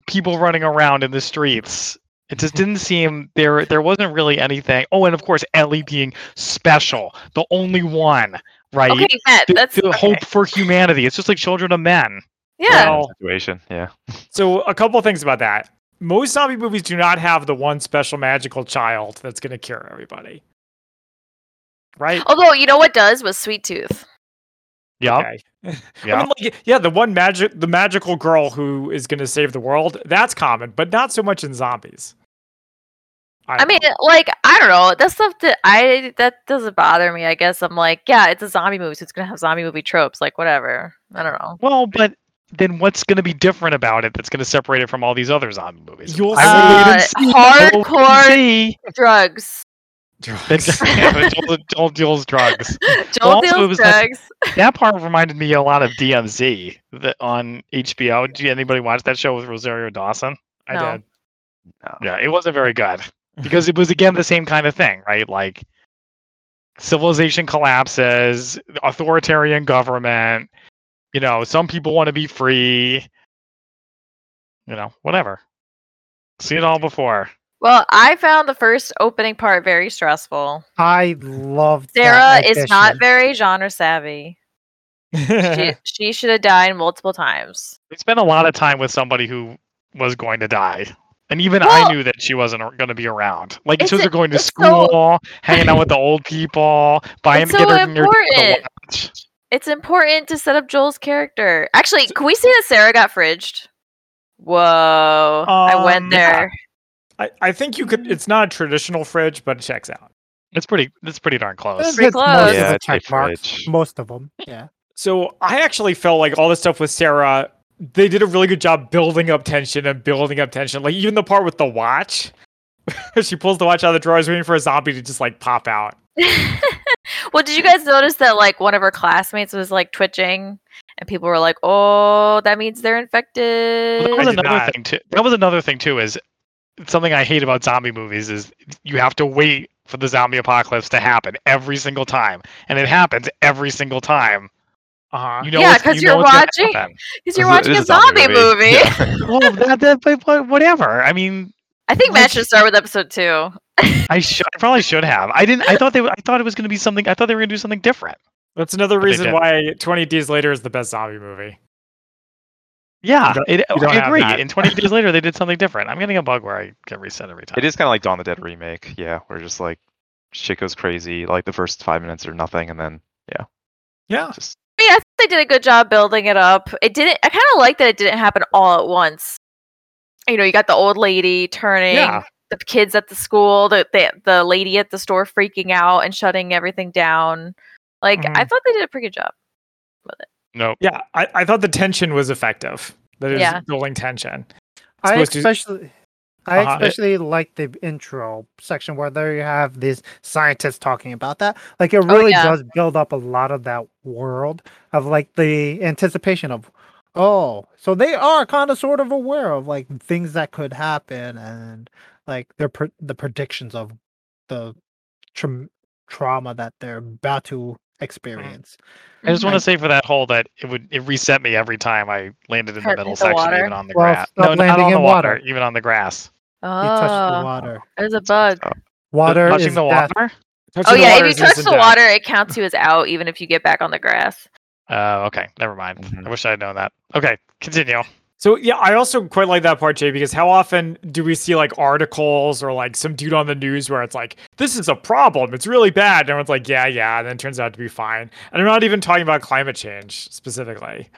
D: people running around in the streets it just didn't seem there there wasn't really anything oh and of course ellie being special the only one right
C: Okay, Matt,
D: The-
C: that's
D: the
C: okay.
D: hope for humanity it's just like children of men
C: Yeah.
D: Well,
E: Situation. Yeah.
A: So a couple of things about that. Most zombie movies do not have the one special magical child that's going to cure everybody. Right?
C: Although you know what does was Sweet Tooth.
D: yeah
A: Okay. I
D: yeah
A: mean, like, yeah, the one magic, the magical girl who is going to save the world. That's common, but not so much in zombies.
C: I
A: don't *laughs*
C: mean, like I don't know. That's stuff that I that doesn't bother me. I guess I'm like, yeah, it's a zombie movie, so it's gonna have zombie movie tropes. Like whatever. I don't know.
D: Well, but then what's going to be different about it that's going to separate it from all these other zombie movies?
A: You'll
C: Uh,
D: I will wait and see.
C: hardcore-
D: I
C: Drugs. *laughs*
A: know.
D: will see *laughs* that Joel, Joel deals drugs.
C: Joel
D: also, it
C: deals
D: was like-
C: drugs.
D: That part reminded me a lot of DMZ that on HBO. Did anybody watch that show with Rosario Dawson?
A: I
C: No.
A: did.
E: No.
D: Yeah, it wasn't very good because it was again the same kind of thing, right? Like civilization collapses, authoritarian government. You know, some people want to be free. You know, whatever. See it all before.
C: Well, I found the first opening part very stressful.
B: I love
C: Sarah is not very genre savvy.
A: *laughs*
C: She, she should have died multiple times.
D: We spent a lot of time with somebody who was going to die. And even
C: Well-
D: I knew that she wasn't going to be around. Like, in
C: It's
D: terms
C: a-
D: of going to
C: it's so-
D: school, hanging out with the old people, buying
C: It's so
D: getting her-
C: important.
D: watch.
C: It's important to set up Joel's character. Actually, can we say that Sarah got fridged? Whoa. I
A: Um,
C: went
A: yeah.
C: there. *laughs*
A: I, I think you could. It's not a traditional fridge, but it checks out.
D: It's pretty. It's pretty darn close.
C: pretty close.
B: Most
E: Yeah,
B: of the
E: I'd say
B: check marks.
E: fridge.
B: Most of them. Yeah.
A: So I actually felt like all the stuff with Sarah, they did a really good job building up tension and building up tension. Like even the part with the watch, *laughs* she pulls the watch out of the drawer, is waiting for a zombie to just like pop out.
C: well, did you guys notice that like one of her classmates was like twitching and people were like, "Oh, that means they're infected."
D: Well, that was
A: I did
D: another
A: not.
D: thing too. That was another thing too. Is something I hate about zombie movies is you have to wait for the zombie apocalypse to happen every single time, and it happens every single time.
A: Uh huh.
D: You know,
C: Yeah,
D: it's-
C: 'cause
D: you know
C: you're
D: it's gonna
C: watching-
D: happen.
C: Cuz you're
E: This is-
C: watching
E: this
C: a
E: is a zombie
C: zombie
E: movie.
C: movie.
E: Yeah.
D: well, that, that, but, but whatever. I mean,
C: *laughs* I think Matt should start with episode 2.
D: I should. I probably should have. I didn't. I thought they. would- I thought it was going to be something. I thought they were going to do something different.
A: That's another
D: they
A: reason
D: did.
A: why Twenty Days Later is the best zombie movie.
D: Yeah,
A: don't-
D: Ah, it,
A: don't
D: I
A: have
D: agree.
A: that.
D: And
B: *laughs*
D: 20 days later, they did something different. I'm getting a bug where I get reset every time.
E: It is kind of like Dawn of the Dead remake. Yeah, where just like shit goes crazy. Like the first five minutes are nothing, and then
A: Yeah.
E: just
C: I mean, I think they did a good job building it up. It didn't. I kind of like that it didn't happen all at once. You know, you got the old lady turning
A: Yeah.
C: the kids at the school, the, the the lady at the store freaking out and shutting everything down. Like, I thought they did a pretty good job.
D: No.
A: Yeah. I, I thought the tension was effective. That it was
C: Yeah.
A: building tension.
B: I
A: supposed to-
B: especially. I
A: Uh-huh.
B: especially like the intro section where there you have these scientists talking about that. Like it really
C: yeah.
B: does build up a lot of that world of like the anticipation of, oh, so they are kind of sort of aware of like things that could happen and like their pre- the predictions of the tra- trauma that they're about to experience.
D: I just want to
B: Like-
D: say for that hole that it would it reset me every time I landed in the
C: Hurt
D: middle
C: the
D: section,
C: water.
D: even on the
B: Well,
D: grass.
B: stop
D: No, not
B: landing
D: on the
B: in
D: water,
B: water.
D: even on the grass.
B: You touch the
C: Oh,
B: water.
C: there's a bug.
E: Oh.
B: Water
D: Touching
B: is
D: the
B: death.
D: water.
A: Touching
C: Oh
A: the
C: yeah,
A: water
C: if you
A: is
C: touch
A: instant
C: the
A: death.
C: water, it counts you as out, even if you get back on the grass.
D: Uh, okay, never mind.
E: Mhm.
D: I wish I had known that. Okay, continue.
A: So yeah, I also quite like that part, Jay, because how often do we see like articles or like some dude on the news where it's like, this is a problem, it's really bad, and everyone's like, yeah, yeah, and then it turns out to be fine. And I'm not even talking about climate change specifically.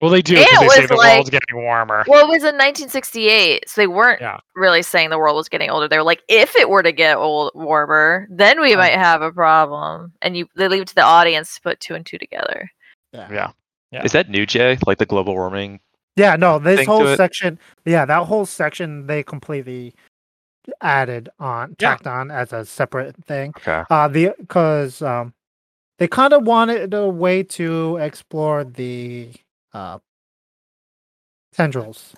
D: Well, they do
C: It
D: 'cause they say
C: was
D: the
C: like-
D: world's getting warmer.
C: Well, it was in 1968, so they weren't
A: Yeah.
C: really saying the world was getting older. They were like, if it were to get old warmer, then we
A: Oh.
B: Uh-huh.
C: might have a problem. And you, they leave it to the audience to put two and two together.
D: Yeah.
A: Yeah.
E: is that new Jay? Like the global warming?
B: Yeah, no, this
E: thing to
B: whole
E: it.
B: section, yeah, that whole section they completely added on,
A: Yeah.
B: tacked on as a separate thing.
E: Okay.
B: Uh, the because um, they kind of wanted a way to explore the uh, tendrils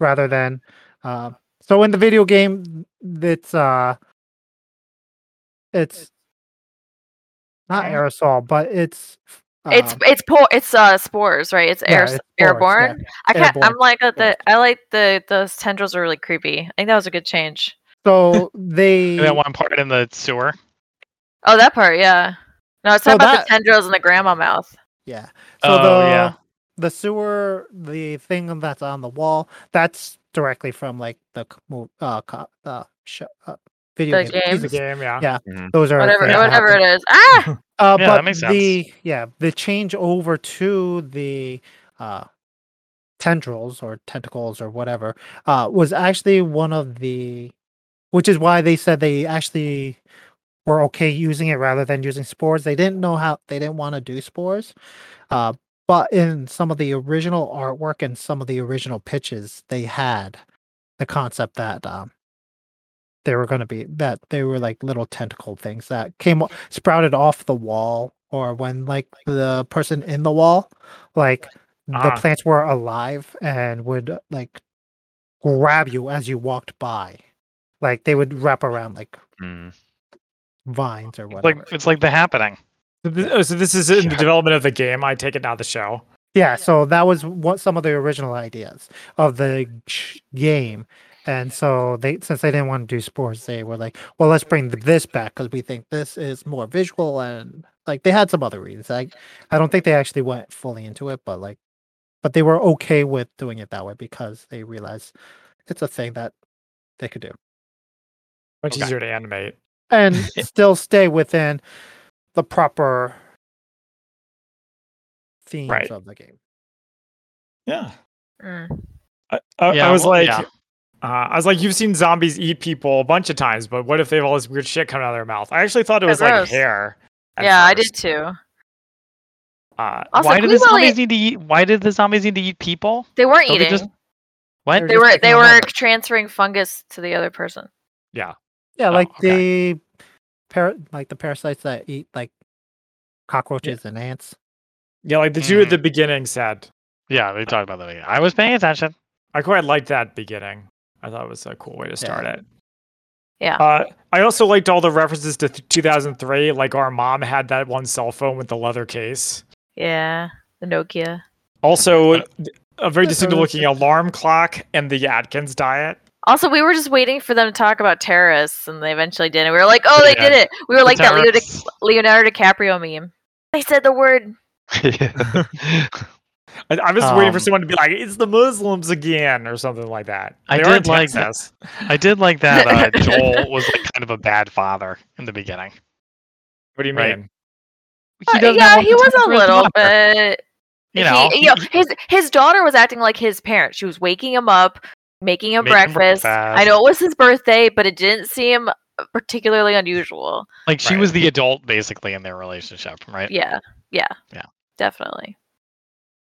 B: rather than uh, so in the video game it's uh it's not
C: Okay.
B: aerosol but it's
C: it's
B: um,
C: it's po- it's uh spores, right? It's,
B: yeah,
C: air-
B: it's spores, yeah.
C: airborne. I can't, I'm
B: airborne
C: like uh, the
B: spores.
C: I like the those tendrils are really creepy. I think that was a good change.
D: *laughs*
B: so they
D: And that one part in the sewer.
C: Oh, that part, yeah. No, it's
B: So
C: talking about
B: that-
C: the tendrils in the grandma mouth.
B: Yeah. So
D: Oh,
B: the
D: yeah.
B: the sewer, the thing that's on the wall, that's directly from like the c- mo- uh, co- uh, sh- uh video
C: The
B: game.
A: It's a
B: Jesus.
A: game,
D: *laughs*
A: yeah.
B: Yeah.
E: Mhm.
B: Those are
C: Whatever,
B: things that
C: whatever
B: happen.
C: it is. Ah,
B: Uh,
D: Yeah,
B: but
D: that makes sense.
B: The yeah, the change over to the uh, tendrils or tentacles or whatever uh, was actually one of the, which is why they said they actually were okay using it rather than using spores. They didn't know how they didn't want to do spores, uh, but in some of the original artwork and some of the original pitches, they had the concept that um, they were going to be that they were like little tentacle things that came o- sprouted off the wall or when like the person in the wall like the
A: Ah.
B: plants were alive and would uh, like grab you as you walked by like they would wrap around like
E: *laughs*
B: *laughs*
E: Mm.
B: vines or
D: It's
B: whatever
D: like it's like the happening.
A: So this, oh, so this is in the
E: Yeah.
A: development of the game. I take it not the show.
B: yeah so that was what some of the original ideas of the ch- game and so they since they didn't want to do sports they were like well let's bring th- this back because we think this is more visual and like they had some other reasons i i don't think they actually went fully into it but like but they were okay with doing it that way because they realized it's a thing that they could do
A: Much
D: Okay.
A: easier to animate.
B: and still stay within the proper themes
A: Right.
B: of the game
A: Yeah.
C: Mm.
A: I, I,
D: Yeah,
A: I was
D: well,
A: like,
D: yeah.
A: uh, I was like, you've seen zombies eat people a bunch of times, but what if they have all this weird shit coming out of their mouth? I actually thought it
C: They're
A: was like
C: gross.
A: hair. at
C: yeah, I
A: first.
C: did too.
A: Uh,
C: Also,
D: why did
C: can we
D: the
C: really-
D: zombies need to eat? Why did the zombies need to eat people?
C: They weren't
D: Don't they
C: eating.
D: just- What?
B: They're
C: they
B: just
C: were
B: taking
C: they
B: them
C: were
B: over.
C: transferring fungus to the other person.
B: Yeah,
D: Oh,
B: like
D: okay.
B: the par- like the parasites that eat like cockroaches and ants.
A: yeah, like the two
D: Mhm.
A: at the beginning said.
D: Yeah, they talked about that. Again. I was paying attention.
A: I quite liked that beginning. I thought it was a cool way to start it.
C: Yeah.
A: Uh, I also liked all the references to th- 2003. Like our mom had that one cell phone with the leather case.
C: Yeah, the Nokia.
A: Also, a very
B: Yeah,
A: distinctive looking
B: that's-
A: alarm clock and the Atkins diet.
C: Also, we were just waiting for them to talk about terrorists, and they eventually did. And we were like, "Oh, they
D: Yeah.
C: did it!" We were like that Leo Di-
D: Terrorists.
C: Leonardo DiCaprio meme. They said the word.
E: Yeah.
A: I, I was waiting for
B: Um,
A: someone to be like, "It's the Muslims again" or something like that.
D: I
A: They were
D: did
A: in
D: like that.
A: Texas.
D: I did like that.
C: *laughs*
D: Uh, Joel was like kind of a bad father in the beginning.
A: What do you
D: Right.
A: mean?
C: Uh,
D: doesn't have
C: yeah,
D: much
C: he was
D: time
C: a
D: for his
C: little
D: daughter,
C: bit.
D: You know,
C: he, you know, his his daughter was acting like his parent. She was waking him up, making him
D: Making him
C: breakfast. I
D: breakfast.
C: know it was his birthday, but it didn't seem particularly unusual.
D: like she
A: Right.
D: was the adult basically in their relationship, right?
C: Yeah, yeah,
D: Yeah.
C: definitely.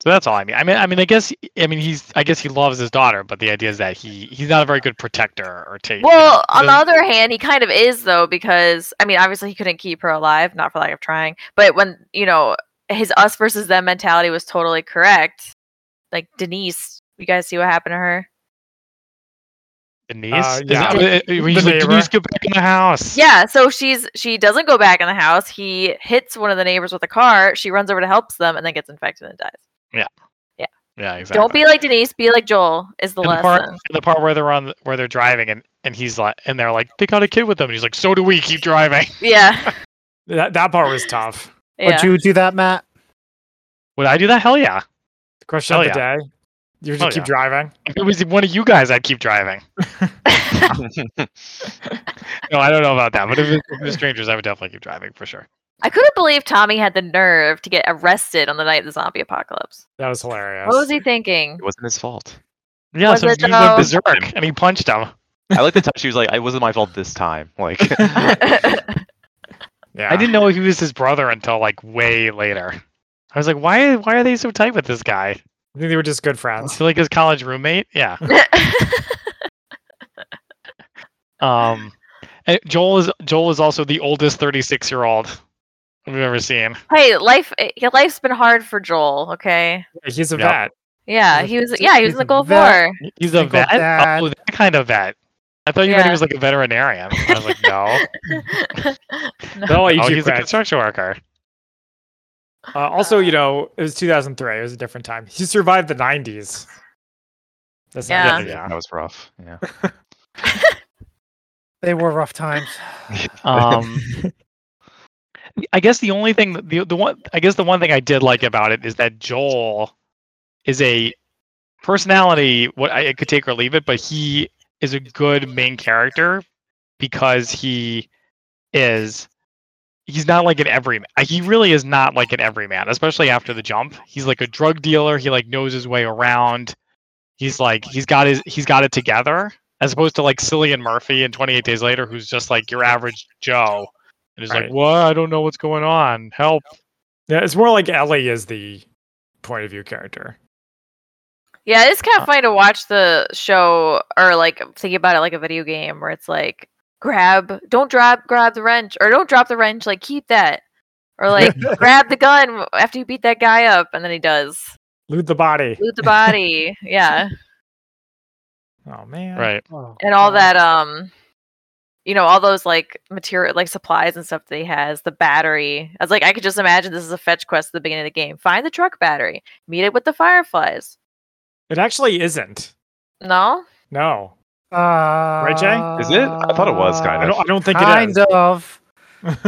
D: So that's all I mean. I mean, I mean, I guess, I mean, he's, I guess he loves his daughter, but the idea is that he, he's not a very good protector or take. *laughs* you know,
C: Well,
D: he
C: on the
D: doesn't-
C: other hand, he kind of is though, because I mean, obviously he couldn't keep her alive, not for lack of trying. But when you know his us versus them mentality was totally correct. Like Denise, you guys see what happened to her?
D: Denise,
A: Uh,
D: Is
A: yeah.
D: that- uh, uh, he's
A: The
D: like,
A: neighbor.
D: Denise, get back in the house.
C: Yeah, so she's she doesn't go back in the house. He hits one of the neighbors with a car. She runs over to helps them, and then gets infected and dies.
D: yeah, exactly.
C: Don't be like Denise. Be like Joel. Is the
D: And the
C: lesson.
D: part, and the part where they're on, the- where they're driving, and and he's like, and they're like, they got a kid with them, and he's like, so do we. Keep driving. *laughs*
C: Yeah,
A: That that part was tough.
C: yeah.
B: Would you do that, Matt?
D: Would I do that? Hell yeah.
A: The question
D: Hell
A: of the day. You would
D: Hell
A: just keep
D: Oh, yeah.
A: driving.
D: If it was one of you guys, I'd keep driving. No, I don't know about that, but if it, if it was strangers, I would definitely keep driving for sure.
C: I couldn't believe Tommy had the nerve to get arrested on the night of the zombie apocalypse.
A: That was hilarious.
C: What was he thinking?
E: it wasn't his fault.
D: Yeah,
C: Was
D: so um,
C: it
D: he
C: though?
D: went berserk and he punched him.
E: I like the touch. She was like, "It wasn't my fault this time." *laughs* Like,
C: *laughs*
A: Yeah.
D: I didn't know he was his brother until like way later. I was like, why? Why are they so tight with this guy?
A: I think they were just good
D: Is
A: friends.
D: *laughs* he like his college roommate? *laughs* Yeah. Um, and Joel is Joel is also the oldest 36 year old we've ever seen.
C: Hey, life eh, yeah, life's been hard for Joel, okay?
A: He's a
E: Yeah.
A: vet.
C: Yeah,
B: He's a-
C: he was yeah, he
B: he's
C: was in the
B: a
C: Gulf
B: vet.
C: War.
D: He's a
B: Think of
D: vet.
B: that.
D: Oh, that kind of vet. I thought you meant he
C: Yeah.
D: was like a veterinarian. I was like, no,
A: They'll let you
D: oh,
A: do
D: he's a
A: crap.
D: construction worker.
A: Uh, also,
C: Oh.
A: you know, it was 2003. It was a different time. He survived the 90s. That's not
C: Yeah.
A: easy.
E: That was rough. Yeah.
B: They were rough times. *sighs*
D: Um, I guess the only thing, the the one, I guess the one thing I did like about it is that Joel is a personality. What I, I could take or leave it, but he is a good main character because he is. He's not like an everyman. uh, He really is not like an everyman, especially after the jump. He's like a drug dealer. He like knows his way around. He's like he's got his he's got it together as opposed to like Cillian Murphy in 28 Days Later, who's just like your average Joe, and is
A: Right.
D: like, "What? I don't know what's going on. Help!"
A: Yeah, it's more like Ellie is the point of view character.
C: Yeah, it's kind of funny to watch the show or like think about it like a video game where it's like grab, don't drop, grab the wrench or don't drop the wrench, like keep that, or like grab the gun after you beat that guy up, and then he does
A: Loot the body.
C: loot the body, yeah,
A: Oh man.
D: Right.
B: Oh,
C: and all
B: God.
C: that um, you know, all those like material, like supplies and stuff that he has, the battery. I was like, I could just imagine this is a fetch quest at the beginning of the game. Find the truck battery, meet it with the fireflies.
A: It actually isn't.
C: No,
A: No.
B: right,
A: Jay?
E: Is it? I thought it was kind
A: I don't I don't think
B: Kind
A: it is.
E: *laughs*
B: of.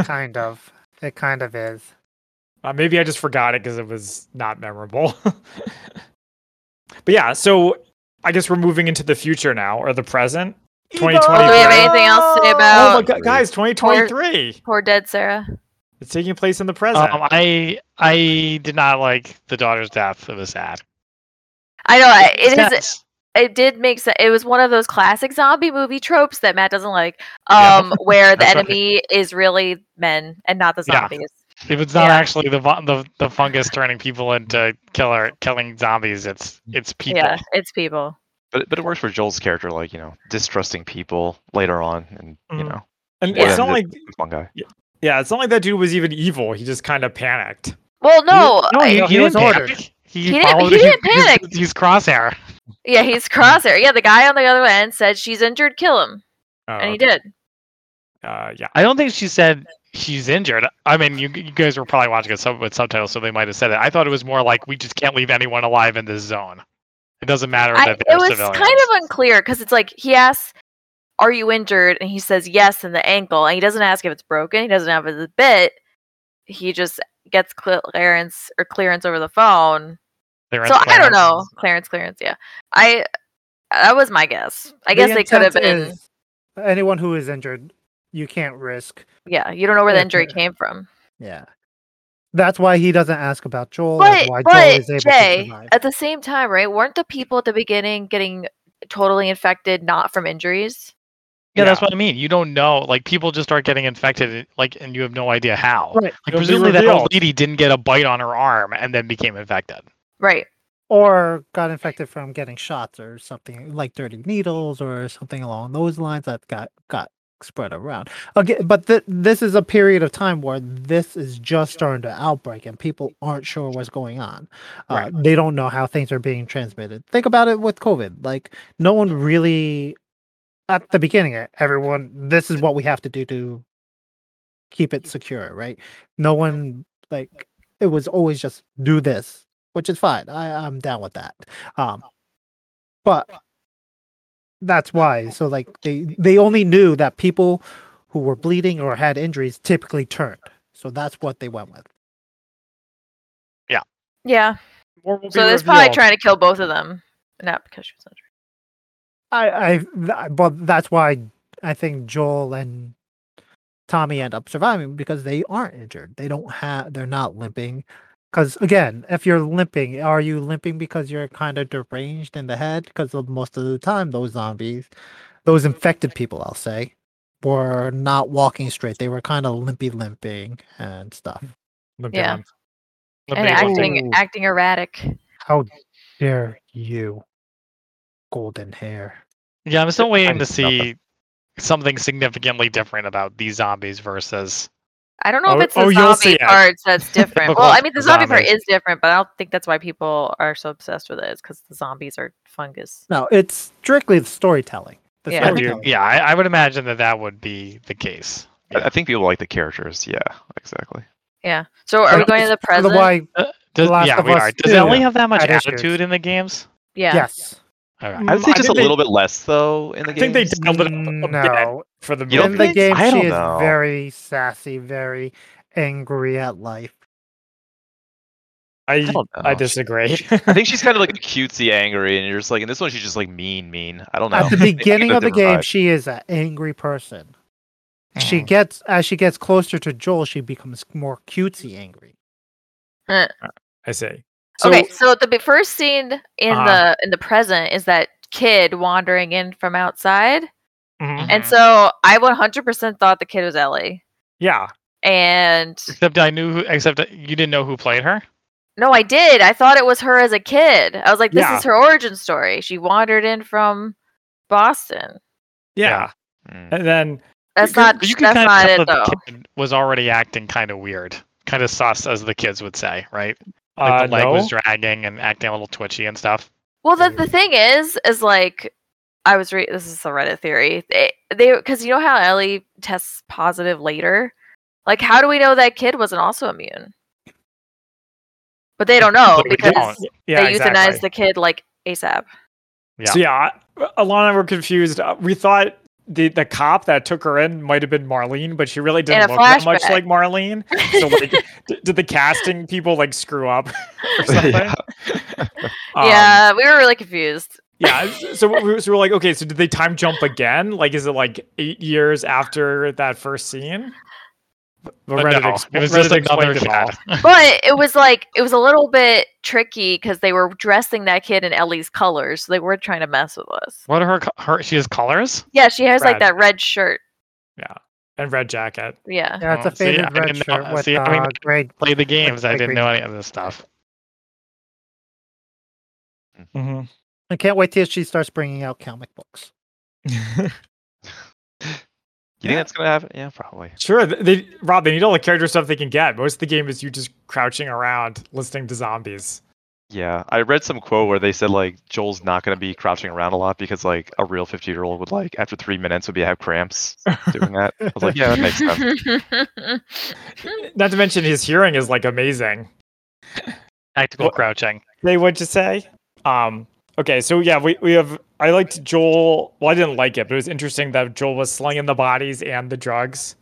B: kind of. It kind of is.
A: Uh, maybe I just forgot it because it was not memorable. *laughs* but yeah, so I guess we're moving into the future now or the present.
D: Oh,
A: 2023.
C: do we have anything else to say
A: Oh my
C: about
A: god, guys, 2023.
C: poor dead Sarah?
A: It's taking place in the present.
D: Um, I I did not like the daughter's death. It was sad.
C: I know I- Uh, it
D: Sad.
C: is. It did make sense. It was one of those classic zombie movie tropes that Matt doesn't like,
D: Yeah.
C: um,
D: *laughs*
C: where the
D: That's right.
C: enemy is really men and not the
D: Yeah.
C: zombies.
D: If it's not
C: Yeah.
D: actually the, vo- the the fungus turning people into killer killing zombies, it's it's people.
C: Yeah, it's people.
E: But but it works for Joel's character, like you know, distrusting people later on, and you
A: Mhm.
E: know,
A: and
E: Yeah.
A: it's not like
E: one guy.
A: yeah, it's not like that dude was even evil. He just kind of panicked.
C: Well, no,
D: no, he,
C: I-
D: he
B: he was
D: didn't
B: ordered.
D: panic. He,
C: He didn't-
D: followed-
C: he didn't
D: he's-
C: panic.
D: He's crosshair.
C: yeah, he's crosshair. Yeah, the guy on the other end said she's injured, kill him,
A: Oh,
C: and he
A: okay.
C: did.
A: Uh, yeah.
D: I don't think she said she's injured. I mean, you, you guys were probably watching it sub- with subtitles, so they might have said it. I thought it was more like we just can't leave anyone alive in this zone. It doesn't matter
C: I,
D: that
C: it
D: they're
C: was
D: civilians.
C: kind of unclear because it's like he asks, "Are you injured?" and he says yes in the ankle, and he doesn't ask if it's broken. He doesn't have the bit. He just gets clearance or clearance over the phone.
D: They're in
C: So I don't
D: clearance.
C: know, Clarence, Clarence. Yeah, I that was my guess. I guess
B: The
C: they could have
B: intent
C: been.
B: is anyone who is injured, you can't risk.
C: Yeah, you don't know where the
B: Yeah,
C: injury
B: yeah.
C: came from.
B: Yeah. That's why he doesn't ask about Joel.
C: But
B: that's why Joel
C: but
B: is able to
C: Jay,
B: survive.
C: at the same time, right? Weren't the people at the beginning getting totally infected not from injuries?
D: Yeah, that's
A: Yeah.
D: what I mean. You don't know. Like people just start getting infected, like, and you have no idea
C: uh,
D: how.
B: Right.
D: Like
A: It'll be
D: presumably that
A: revealed.
D: old lady didn't get a bite on her arm and then became infected.
C: Right.
B: Or got infected from getting shots or something like dirty needles or something along those lines that got got spread around. Okay, but th- this is a period of time where this is just starting to outbreak and people aren't sure what's going on. Uh, they don't know how things are being transmitted. Think about it with COVID. Like no one really at the beginning e- everyone this is what we have to do to keep it secure right no one like it was always just do this which is fine i i'm down with that um but that's why so like they they only knew that people who were bleeding or had injuries typically turned so that's what they went with
C: Yeah.
A: More will be
C: so it's probably
A: revealed.
C: trying to kill both of them, not because she was injured.
B: I, I, th- but that's why I think Joel and Tommy end up surviving because they aren't injured. They don't have, they're not limping. Because again, if you're limping, are you limping because you're kind of deranged in the head? Because most of the time, those zombies, those infected people, I'll say, were not walking straight. They were kind of limpy, limping and stuff.
A: Limping
C: Yeah.
A: on.
D: The
C: and
D: big one thing-
C: acting
B: Ooh.
C: acting erratic.
B: How dare you, golden hair?
D: Yeah, I'm still waiting to
E: didn't know that.
D: see something significantly different about these zombies versus
C: I don't know
A: Oh,
C: if it's the
A: oh, you'll see
C: zombie
A: it.
C: part that's different. well, I mean, the zombie part
D: Zombie.
C: is different, but I don't think that's why people are so obsessed with it. It's because the zombies are fungus.
B: No, it's strictly the storytelling. The
C: Yeah.
D: I do-
B: storytelling.
D: yeah, I, I would imagine that that would be the case.
E: I, I think people like the characters. Yeah, exactly.
C: Yeah. So are we going to the
B: Sort of
C: present?
B: Why?
D: Does,
B: The Last
D: yeah,
B: of
D: we
B: Us
D: are. Does
B: two
D: Ellie have that much
B: had issues.
D: attitude in the games?
C: yeah.
B: Yes.
D: All right.
A: Mm,
E: I would say
A: I
E: just a
A: think they-
E: little bit less though in the
A: I think they
E: games.
A: dialed it up a bit
B: Mm, No.
A: for the
E: You
B: In
E: don't
B: the
A: movie.
E: think-
B: game,
E: I
B: she
E: don't
B: is
E: know.
B: very sassy, very angry at life.
A: I,
E: don't
A: I
E: know.
A: disagree. *laughs*
E: I think she's kind of like cutesy, angry, and you're just like in this one she's just like mean, mean. I don't know. *laughs*
B: At the
E: I think
B: beginning
E: that's
B: of the
E: different
B: game,
E: vibe.
B: she is an angry person. She gets as she gets closer to Joel, she becomes more cutesy angry.
A: I see.
C: okay. So the be- first scene in
A: Uh-huh.
C: the in the present is that kid wandering in from outside,
A: mhm,
C: and so I 100% thought the kid was Ellie,
A: Yeah.
C: and
D: Except I knew. Who, except that you didn't know who played her.
C: No, I did. I thought it was her as a kid. I was like, this
A: Yeah.
C: is her origin story. She wandered in from Boston.
A: Yeah.
D: Yeah.
E: Mm.
A: And then
C: That's
D: You could-
C: not
D: You could
C: that's
D: kinda
C: not
D: tell
C: it
D: that
C: though.
D: the kid was already acting kind of weird, kind of sus, as the kids would say, right? Like
A: uh,
D: the leg
A: no.
D: was dragging and acting a little twitchy and stuff.
C: Well, the, the thing is, is like I was re- this is a Reddit theory. They they because you know how Ellie tests positive later. Like, how do we know that kid wasn't also immune? But they don't know
D: But we
C: because
D: don't.
A: yeah,
C: they
A: exactly.
C: euthanized the kid like ASAP.
D: Yeah.
A: So yeah, I- Alana were confused. Uh, We thought the the cop that took her in might have been Marlene, but she really didn't
C: a
A: look that much
C: flashback.
A: like Marlene.
C: *laughs*
A: So like, d- did the casting people like screw up? *laughs* or something?
E: Yeah.
A: Um,
C: *laughs* yeah, we were really confused.
A: yeah. s- So we were, so we're like, okay, so did they time jump again? Like, is it like eight years after that first scene? But
D: But
A: Reddit
D: Uh, no,
A: expl-
D: it was
A: Reddit
D: just another
A: explained it all.
D: kid.
C: but it was like it was a little bit tricky because they were dressing that kid in Ellie's colors, so they were trying to mess with us.
D: What are her? co- Her? She has colors.
C: Yeah, she has like
A: Brad.
C: that red shirt.
A: and red jacket.
C: Yeah,
B: Yeah, it's
D: Oh,
B: a
D: see, I
B: faded red
D: didn't know-
B: shirt with
D: see, I mean,
B: uh, gray.
D: Play the games. I
B: like
D: didn't
B: we-
D: know any of this stuff. Mm-hmm. *laughs*
B: I can't wait till she starts bringing out comic books.
E: You think that's gonna happen? Yeah, probably.
A: Sure, th- they Rob, they need all the character stuff they can get. Most of the game is you just crouching around, listening to zombies.
E: Yeah, I read some quote where they said like Joel's not gonna be crouching around a lot because like a real fifty year old would like after three minutes would be have cramps doing that. I was like, yeah, that makes
D: *laughs*
E: sense.
A: Not to mention his hearing is like amazing.
D: Tactical
A: Well-
D: crouching.
A: They would just say. Um. Okay, so yeah, we, we have. I liked Joel. Well, I didn't like it, but it was interesting that Joel was slinging the bodies and the drugs.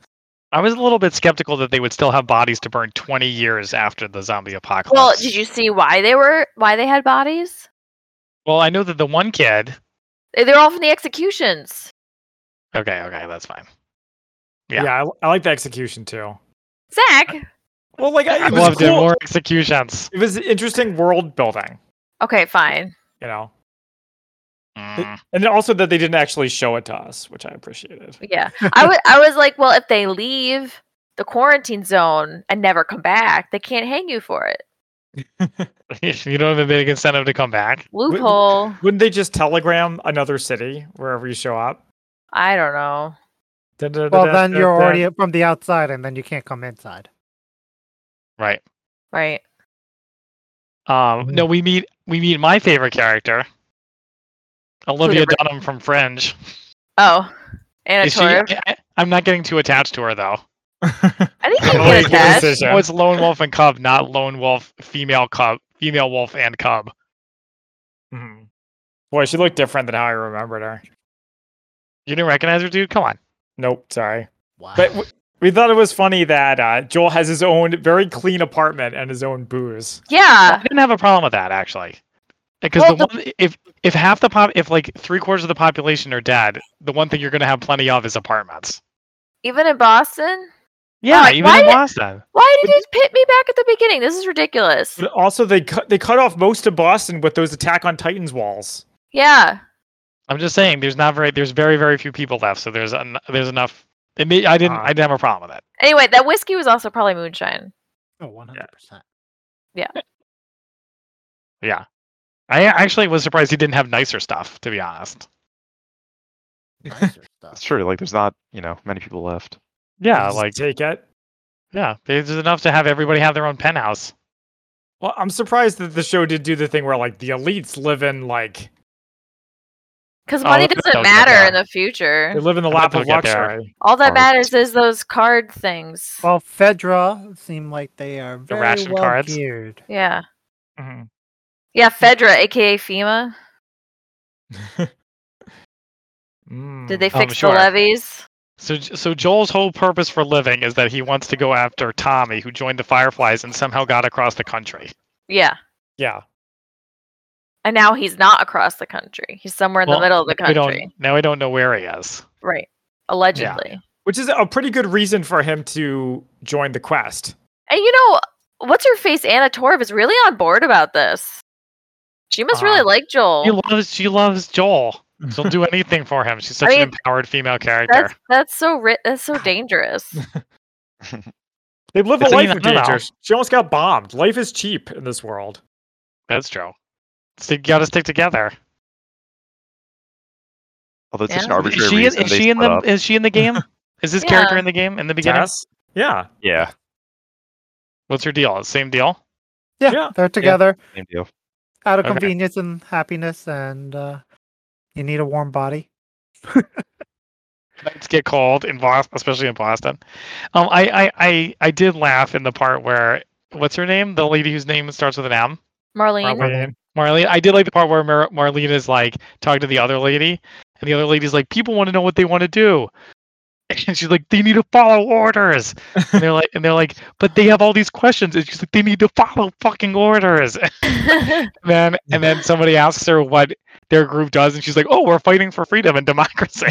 D: I was a little bit skeptical that they would still have bodies to burn 20 years after the zombie apocalypse.
C: *laughs* well, did you see why they were why they had bodies?
D: Well, I know that the one kid.
C: They- They're all from the executions.
D: Okay, okay, that's fine. Yeah.
A: Yeah, I, I like the execution too.
C: Zach.
A: Well, like I,
D: I
A: it was
D: loved it.
A: cool.
D: More executions.
A: It was interesting world building,
C: Okay, fine.
A: you know,
D: Mm.
A: and then also that they didn't actually show it to us, which I appreciated.
C: Yeah, I was I was like, well, if they leave the quarantine zone and never come back, they can't hang you for it.
D: *laughs* you don't have a big incentive to come back.
C: Loophole.
A: Wouldn't they just telegram another city wherever you show up?
C: I don't know.
B: Well, then you're
A: *laughs*
C: *laughs*
B: already from the outside, and then you can't come inside.
D: Right.
C: Right.
D: Um, no, we meet we meet my favorite character, Olivia
C: Bridget.
D: Dunham from Fringe.
C: Oh, Anna
D: Is she,
C: Torv.
D: I, am not getting too attached to her though.
C: I think you
A: Always
C: get
A: good
C: attached.
A: decision.
D: Oh, it's lone wolf and cub, not lone wolf female cub, female wolf and cub.
A: Mhm. Boy, she looked different than how I remembered her.
D: You didn't recognize her, dude? Come on.
A: Nope, sorry.
B: Wow.
A: But w- we thought it was funny that uh, Joel has his own very clean apartment and his own booze.
D: I
C: Yeah.
D: didn't have a problem with that actually, because
C: Well,
D: the, one if if half the pop if like three quarters of the population are dead, the one thing you're gonna have plenty of is apartments.
C: Even in Boston?
D: Yeah,
C: like,
D: even
C: why
D: in
C: did-
D: Boston.
C: Why did it pit me back at the beginning? This is ridiculous.
A: But also, they cut they cut off most of Boston with those Attack on Titans walls.
C: Yeah.
D: I'm just saying, there's not very there's very very few people left, so there's en- there's enough. It may, I didn't I didn't have a problem with it.
C: Anyway, that whiskey was also probably moonshine.
B: Oh, 100%.
D: Yeah, I actually was surprised he didn't have nicer stuff. To be honest.
B: Nicer
E: It's
B: stuff.
D: *laughs*
E: true. Like there's not you know many people left.
A: They
D: Yeah,
A: just
D: like
A: take it.
D: Yeah, there's enough to have everybody have their own penthouse.
A: Well, I'm surprised that the show did do the thing where like the elites live in like
C: Because
D: Oh,
C: money
D: that's-
C: doesn't
D: don't get
C: matter
D: that.
C: in the future.
A: they live in the
D: I
A: lap
D: bet
A: of
D: they'll get there.
A: luxury.
C: All that
E: Or-
C: matters is those card things.
B: Well, Fedra seem like they are very
D: ration
B: well
D: cards?
B: geared.
C: yeah.
D: Mhm.
C: Yeah, Fedra, aka FEMA.
A: Mm.
C: Did they
D: Um,
C: fix
D: sure.
C: the levies?
D: So, J- so Joel's whole purpose for living is that he wants to go after Tommy, who joined the Fireflies and somehow got across the country.
C: Yeah.
A: Yeah.
C: And now he's not across the country. He's somewhere in
D: Well,
C: the middle of the
D: We don't-
C: country.
D: now we don't know where he is.
C: Right. Allegedly.
A: Which is a pretty good reason for him to join the quest.
C: And you know, what's her face? Anna Torv is really on board about this. She must really
D: Uh,
C: like
D: She
C: Joel.
D: loves she loves Joel. She'll *laughs* do anything for him. She's such
C: I
D: an
C: mean,
D: empowered female character.
C: That's that's so ri- that's so dangerous.
A: They live a
D: It's a
A: life of
D: no-no.
A: danger. She almost got bombed. Life is cheap in this world.
D: That's true. So you gotta stick together.
E: Although it's such an
C: Yeah.
E: arbitrary
D: Is she, in,
E: reason
D: is
E: they
D: she in
E: split
D: the
E: up.
D: is she in the game? *laughs* Is this character
C: Yeah.
D: in the game in the beginning?
A: Tess? Yeah.
D: *laughs*
E: Yeah,
D: What's her deal? Same deal?
B: Yeah,
A: Yeah.
B: they're together
E: same deal.
B: out of
D: Okay.
B: convenience and happiness, and uh, you need a warm body.
D: Nights get cold in Boston, especially in Boston. Um, I, I I I did laugh in the part where what's her name? The lady whose name starts with an M.
C: Marlene.
A: Probably.
D: Marlene. I did like the part where Mar- Marlene is like talking to the other lady, and the other lady's like, "People want to know what they want to do," *laughs* and she's like, "They need to follow orders." And they're like, "And they're like, but they have all these questions," and she's like, "They need to follow fucking orders." And *laughs* then and then somebody asks her what their group does, and she's like, "Oh, we're fighting for freedom and democracy."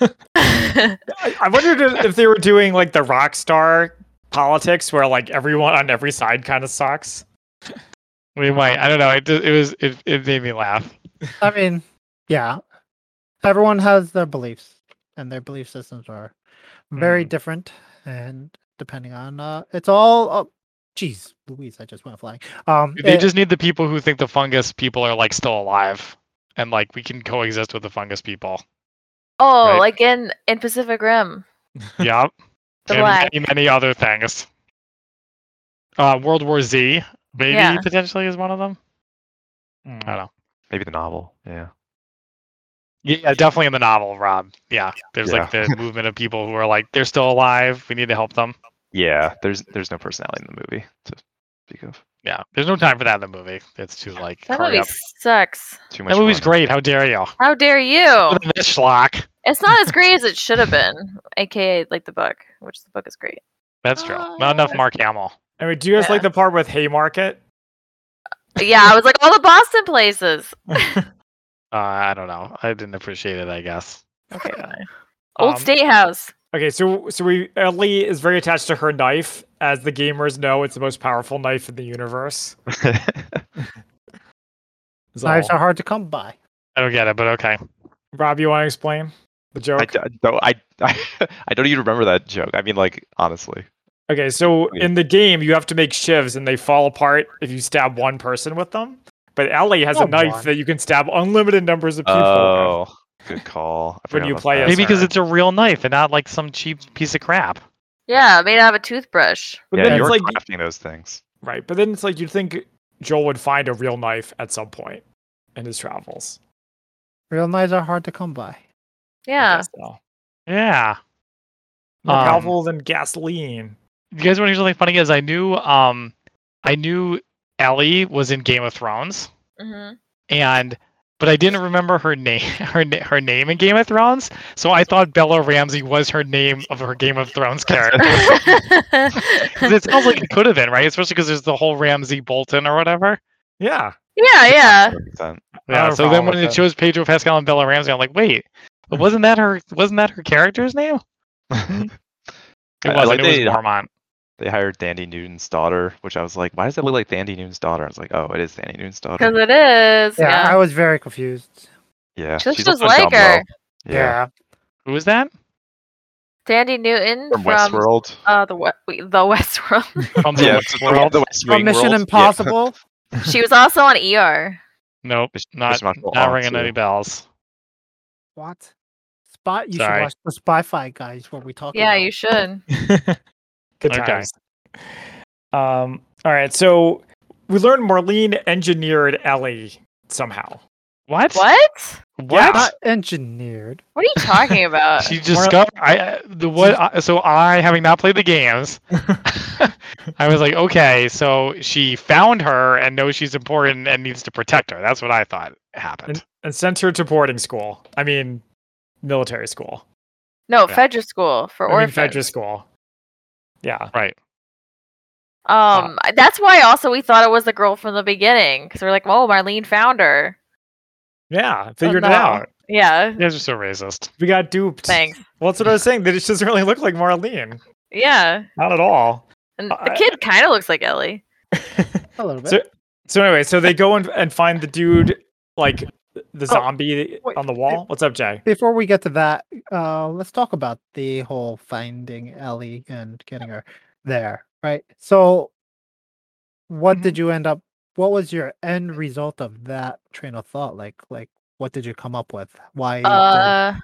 D: *laughs*
A: I, I wondered if if they were doing like the rock star politics where like everyone on every side kind of sucks.
D: we might. I don't know. It ju- it was it, it made me laugh.
B: I mean, yeah, everyone has their beliefs, and their belief systems are
D: Hmm.
B: very different, and depending on uh, it's all. Uh, geez, Louise, I just went flying. Um,
D: They
B: it-
D: just need the people who think the fungus people are like still alive, and like we can coexist with the fungus *laughs* people.
C: *laughs* oh,
D: Right.
C: like in in Pacific Rim.
D: Yep.
C: The
D: and
C: black.
D: many, many other things. Uh, World War Z, maybe
C: Yeah.
D: potentially is one of them. Hmm, I don't know.
E: Maybe the novel. Yeah.
D: Yeah, yeah, definitely in the novel, Rob. Yeah, *laughs* there's like the movement of people who are like they're still alive. We need to help them.
E: Yeah. There's there's no personality in the movie to speak of.
D: Yeah, there's no time for that in the movie. It's too like
C: That
D: hurry
C: movie
D: up.
C: sucks.
E: Too much.
D: That movie's
E: going
D: great.
E: on.
D: How dare you? *laughs*
C: How dare you?
D: Look at This schlock.
C: It's not as great as it should have been, aka like the book, which the book is great.
D: That's true. Not enough
C: Uh,
D: Mark Hamill.
A: Anyway, do you guys
C: Yeah.
A: like the part with Haymarket?
C: Yeah, I was like all the Boston places.
D: Uh, I don't know. I didn't appreciate it. I guess.
C: *laughs* Okay, fine. Old
D: Um,
C: State House.
A: Okay, so so we Ellie is very attached to her knife. As the gamers know, it's the most powerful knife in the universe. Is
B: knives
A: all.
B: are hard to come by.
D: I don't get it, but okay.
A: Rob, you want to explain the joke?
E: *laughs* I, d- I don't. I, I *laughs* I don't even remember that joke. I mean, like honestly.
A: Okay, so
E: Yeah.
A: in the game, you have to make shivs and they fall apart if you stab one person with them. But Ellie has a
B: Come
A: knife
B: on.
A: that you can stab unlimited numbers of people with.
E: Oh, good call. I
A: When
E: forgot
A: you
E: about
A: play
E: that.
A: Yes, as
D: Maybe because
A: sir.
D: it's a real knife and not like some cheap piece of crap.
C: Yeah, made out of a toothbrush.
A: But
E: yeah,
A: then
E: you're
A: it's like
E: crafting those things.
A: right, but then it's like you'd think Joel would find a real knife at some point in his travels.
B: Real knives are hard to come by.
A: I
C: Yeah.
A: guess so.
D: Yeah.
A: More
D: Um,
A: powerful than gasoline.
D: You guys want to hear something funny? Is I knew um, I knew Ellie was in Game of Thrones,
C: hmm
D: and but I didn't remember her name her na- *laughs* her name in Game of Thrones. So I thought Bella Ramsey was her name of her Game of Thrones character.
C: mm-hmm. *laughs*
D: 'Cause it sounds like it could have been right, especially because there's the whole Ramsey Bolton or whatever.
A: Yeah.
C: yeah, yeah.
E: 100%.
A: have
D: Yeah.
A: a problem
D: So then when
A: with
D: it
A: that.
D: shows Pedro Pascal and Bella Ramsey, I'm like, wait, but wasn't that her? Wasn't that her character's name?
C: mm-hmm.
D: It
E: I- I
D: wasn't.
E: like
D: it
E: they-
D: was Mormont.
E: *laughs* they hired Dandy Newton's daughter, which I was like, why does that look like Dandy Newton's daughter? I was like, oh, it is Dandy Newton's daughter.
C: Because it is.
B: Yeah,
C: Yeah.
B: I was very confused.
E: Yeah,
C: Just
E: she's
C: as
E: also in
C: like her.
E: Dumbo. Yeah,
D: Who
A: *laughs*
D: was that?
C: Dandy Newton
E: from
C: from,
E: Westworld.
C: Uh, the we- wait, the Westworld.
D: From the
E: yeah,
D: West
E: from
D: World?
E: the West
B: From
E: Wing
B: Oh, Mission
D: *laughs*
E: world. *laughs*
B: Impossible.
C: she was also on ER.
D: Nope.
E: Miss-
D: Not
E: Miss Marvel
D: not
E: on
D: ringing
E: too.
D: any bells.
B: What? Spot? You
D: Sorry.
B: should watch the Spy Fi guys. What we talking
C: Yeah,
A: *laughs*
B: about?
C: you should.
A: Good
D: Okay.
A: times. Um, all right, so we learned Marlene engineered Ellie somehow.
D: What?
C: What?
D: What?
B: Not engineered.
C: What are you
A: *laughs*
C: talking about?
D: she discovered I I- the what I, so I having not played the games *laughs* I was like okay so she found her and knows she's important and needs to protect her that's what I thought happened
A: and sent her to boarding school. I mean, military school.
C: no,
D: Yeah.
C: Fedra School for
A: I mean,
C: orphans.
A: Fedra school. Yeah.
D: right
C: Um, I- that's why also we thought it was the girl from the beginning because we're like, oh, Marlene found her.
A: Yeah. Figured it
C: no.
A: out.
C: Yeah,
D: you guys are so racist
A: We got duped.
C: thanks.
A: Well, that's what I was saying. That it doesn't really look like Marlene.
C: Yeah,
A: Not at all. *laughs*
C: and
A: I-
C: the kid kind of looks like Ellie.
B: A little bit.
A: So- So anyway, so they go and, and find the dude, like the zombie
B: wait,
A: on the wall. What's up, Jay?
B: Before we get to that, uh, let's talk about the whole finding Ellie and getting her there, right? So, what
C: Mm-hmm.
B: did you end up? What was your end result of that train of thought? Like, like what did you come up with? Why? did-
C: Uh,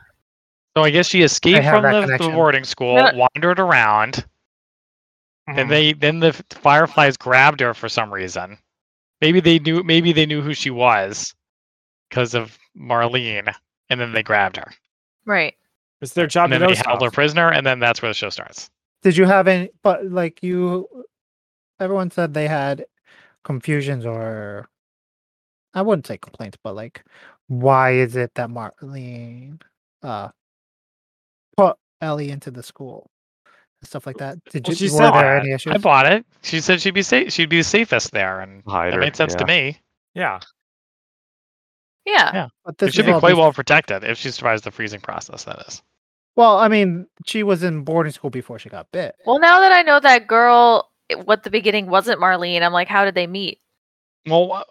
D: so I guess she escaped
B: have
D: from
B: that
D: the, the
B: connection.
D: boarding school
C: No.
D: wandered around
A: Mm-hmm.
B: Mm-hmm.
D: and they then the fireflies grabbed her for some reason maybe they knew maybe they knew who she was because of Marlene and then they grabbed her
C: right.
A: It's their job
D: and
A: to
D: then
A: know
D: they held her
A: stuff.
D: prisoner and then that's where the show starts.
B: did you have any? But like you, everyone said they had confusions or, I wouldn't say complaints, but like, why is it that Marlene, uh, put Ellie into the school? and Stuff like that. Did
A: Well,
B: you?
A: she
B: were
A: said
B: there
D: that.
B: any issues?
D: I bought it. She said she'd be safe. She'd be safest there, and
E: Hide
D: that
E: her,
D: made sense to
E: yeah.
D: me.
A: Yeah.
C: Yeah.
D: Yeah.
B: But
D: She
B: this
D: should
B: is
D: be
B: all
D: quite
B: bef-
D: well protected if she survives the freezing process. That is.
B: Well, I mean, she was in boarding school before she got bit.
C: Well, now that I know that girl, it- what the beginning wasn't Marlene, I'm like, how did they meet?
D: Well, wha-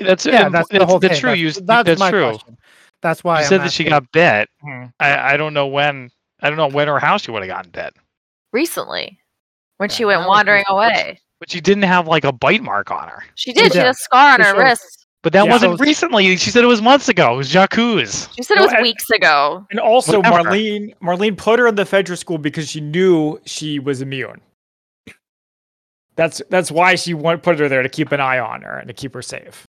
D: that's
B: yeah,
D: um,
B: that's the whole
D: that's
B: thing.
D: true.
B: That's,
D: you,
B: that's, my
D: true.
B: question. That's why
D: You
B: I'm
D: said that she
B: asking.
D: got bit.
A: Mhm.
D: I, I don't know when. I don't know when or how she would have gotten bit.
C: Recently, when she
B: Yeah,
C: went
B: that was
C: wandering
A: *laughs*
B: recent.
C: away,
D: But she didn't have like a bite mark on her.
C: she did. She
B: did.
C: had a scar on
B: She
C: her
B: showed-
C: wrist.
D: But that
A: Yeah.
D: wasn't
B: So-
D: recently. She said it was months ago. It was Jacques.
C: She said it
A: Well,
C: was
A: and-
C: weeks ago.
A: And also,
D: Whatever.
A: Marlene Marlene put her in the Fedra school because she knew she was immune. That's that's why she want, put her there to keep an eye on her and to keep her safe.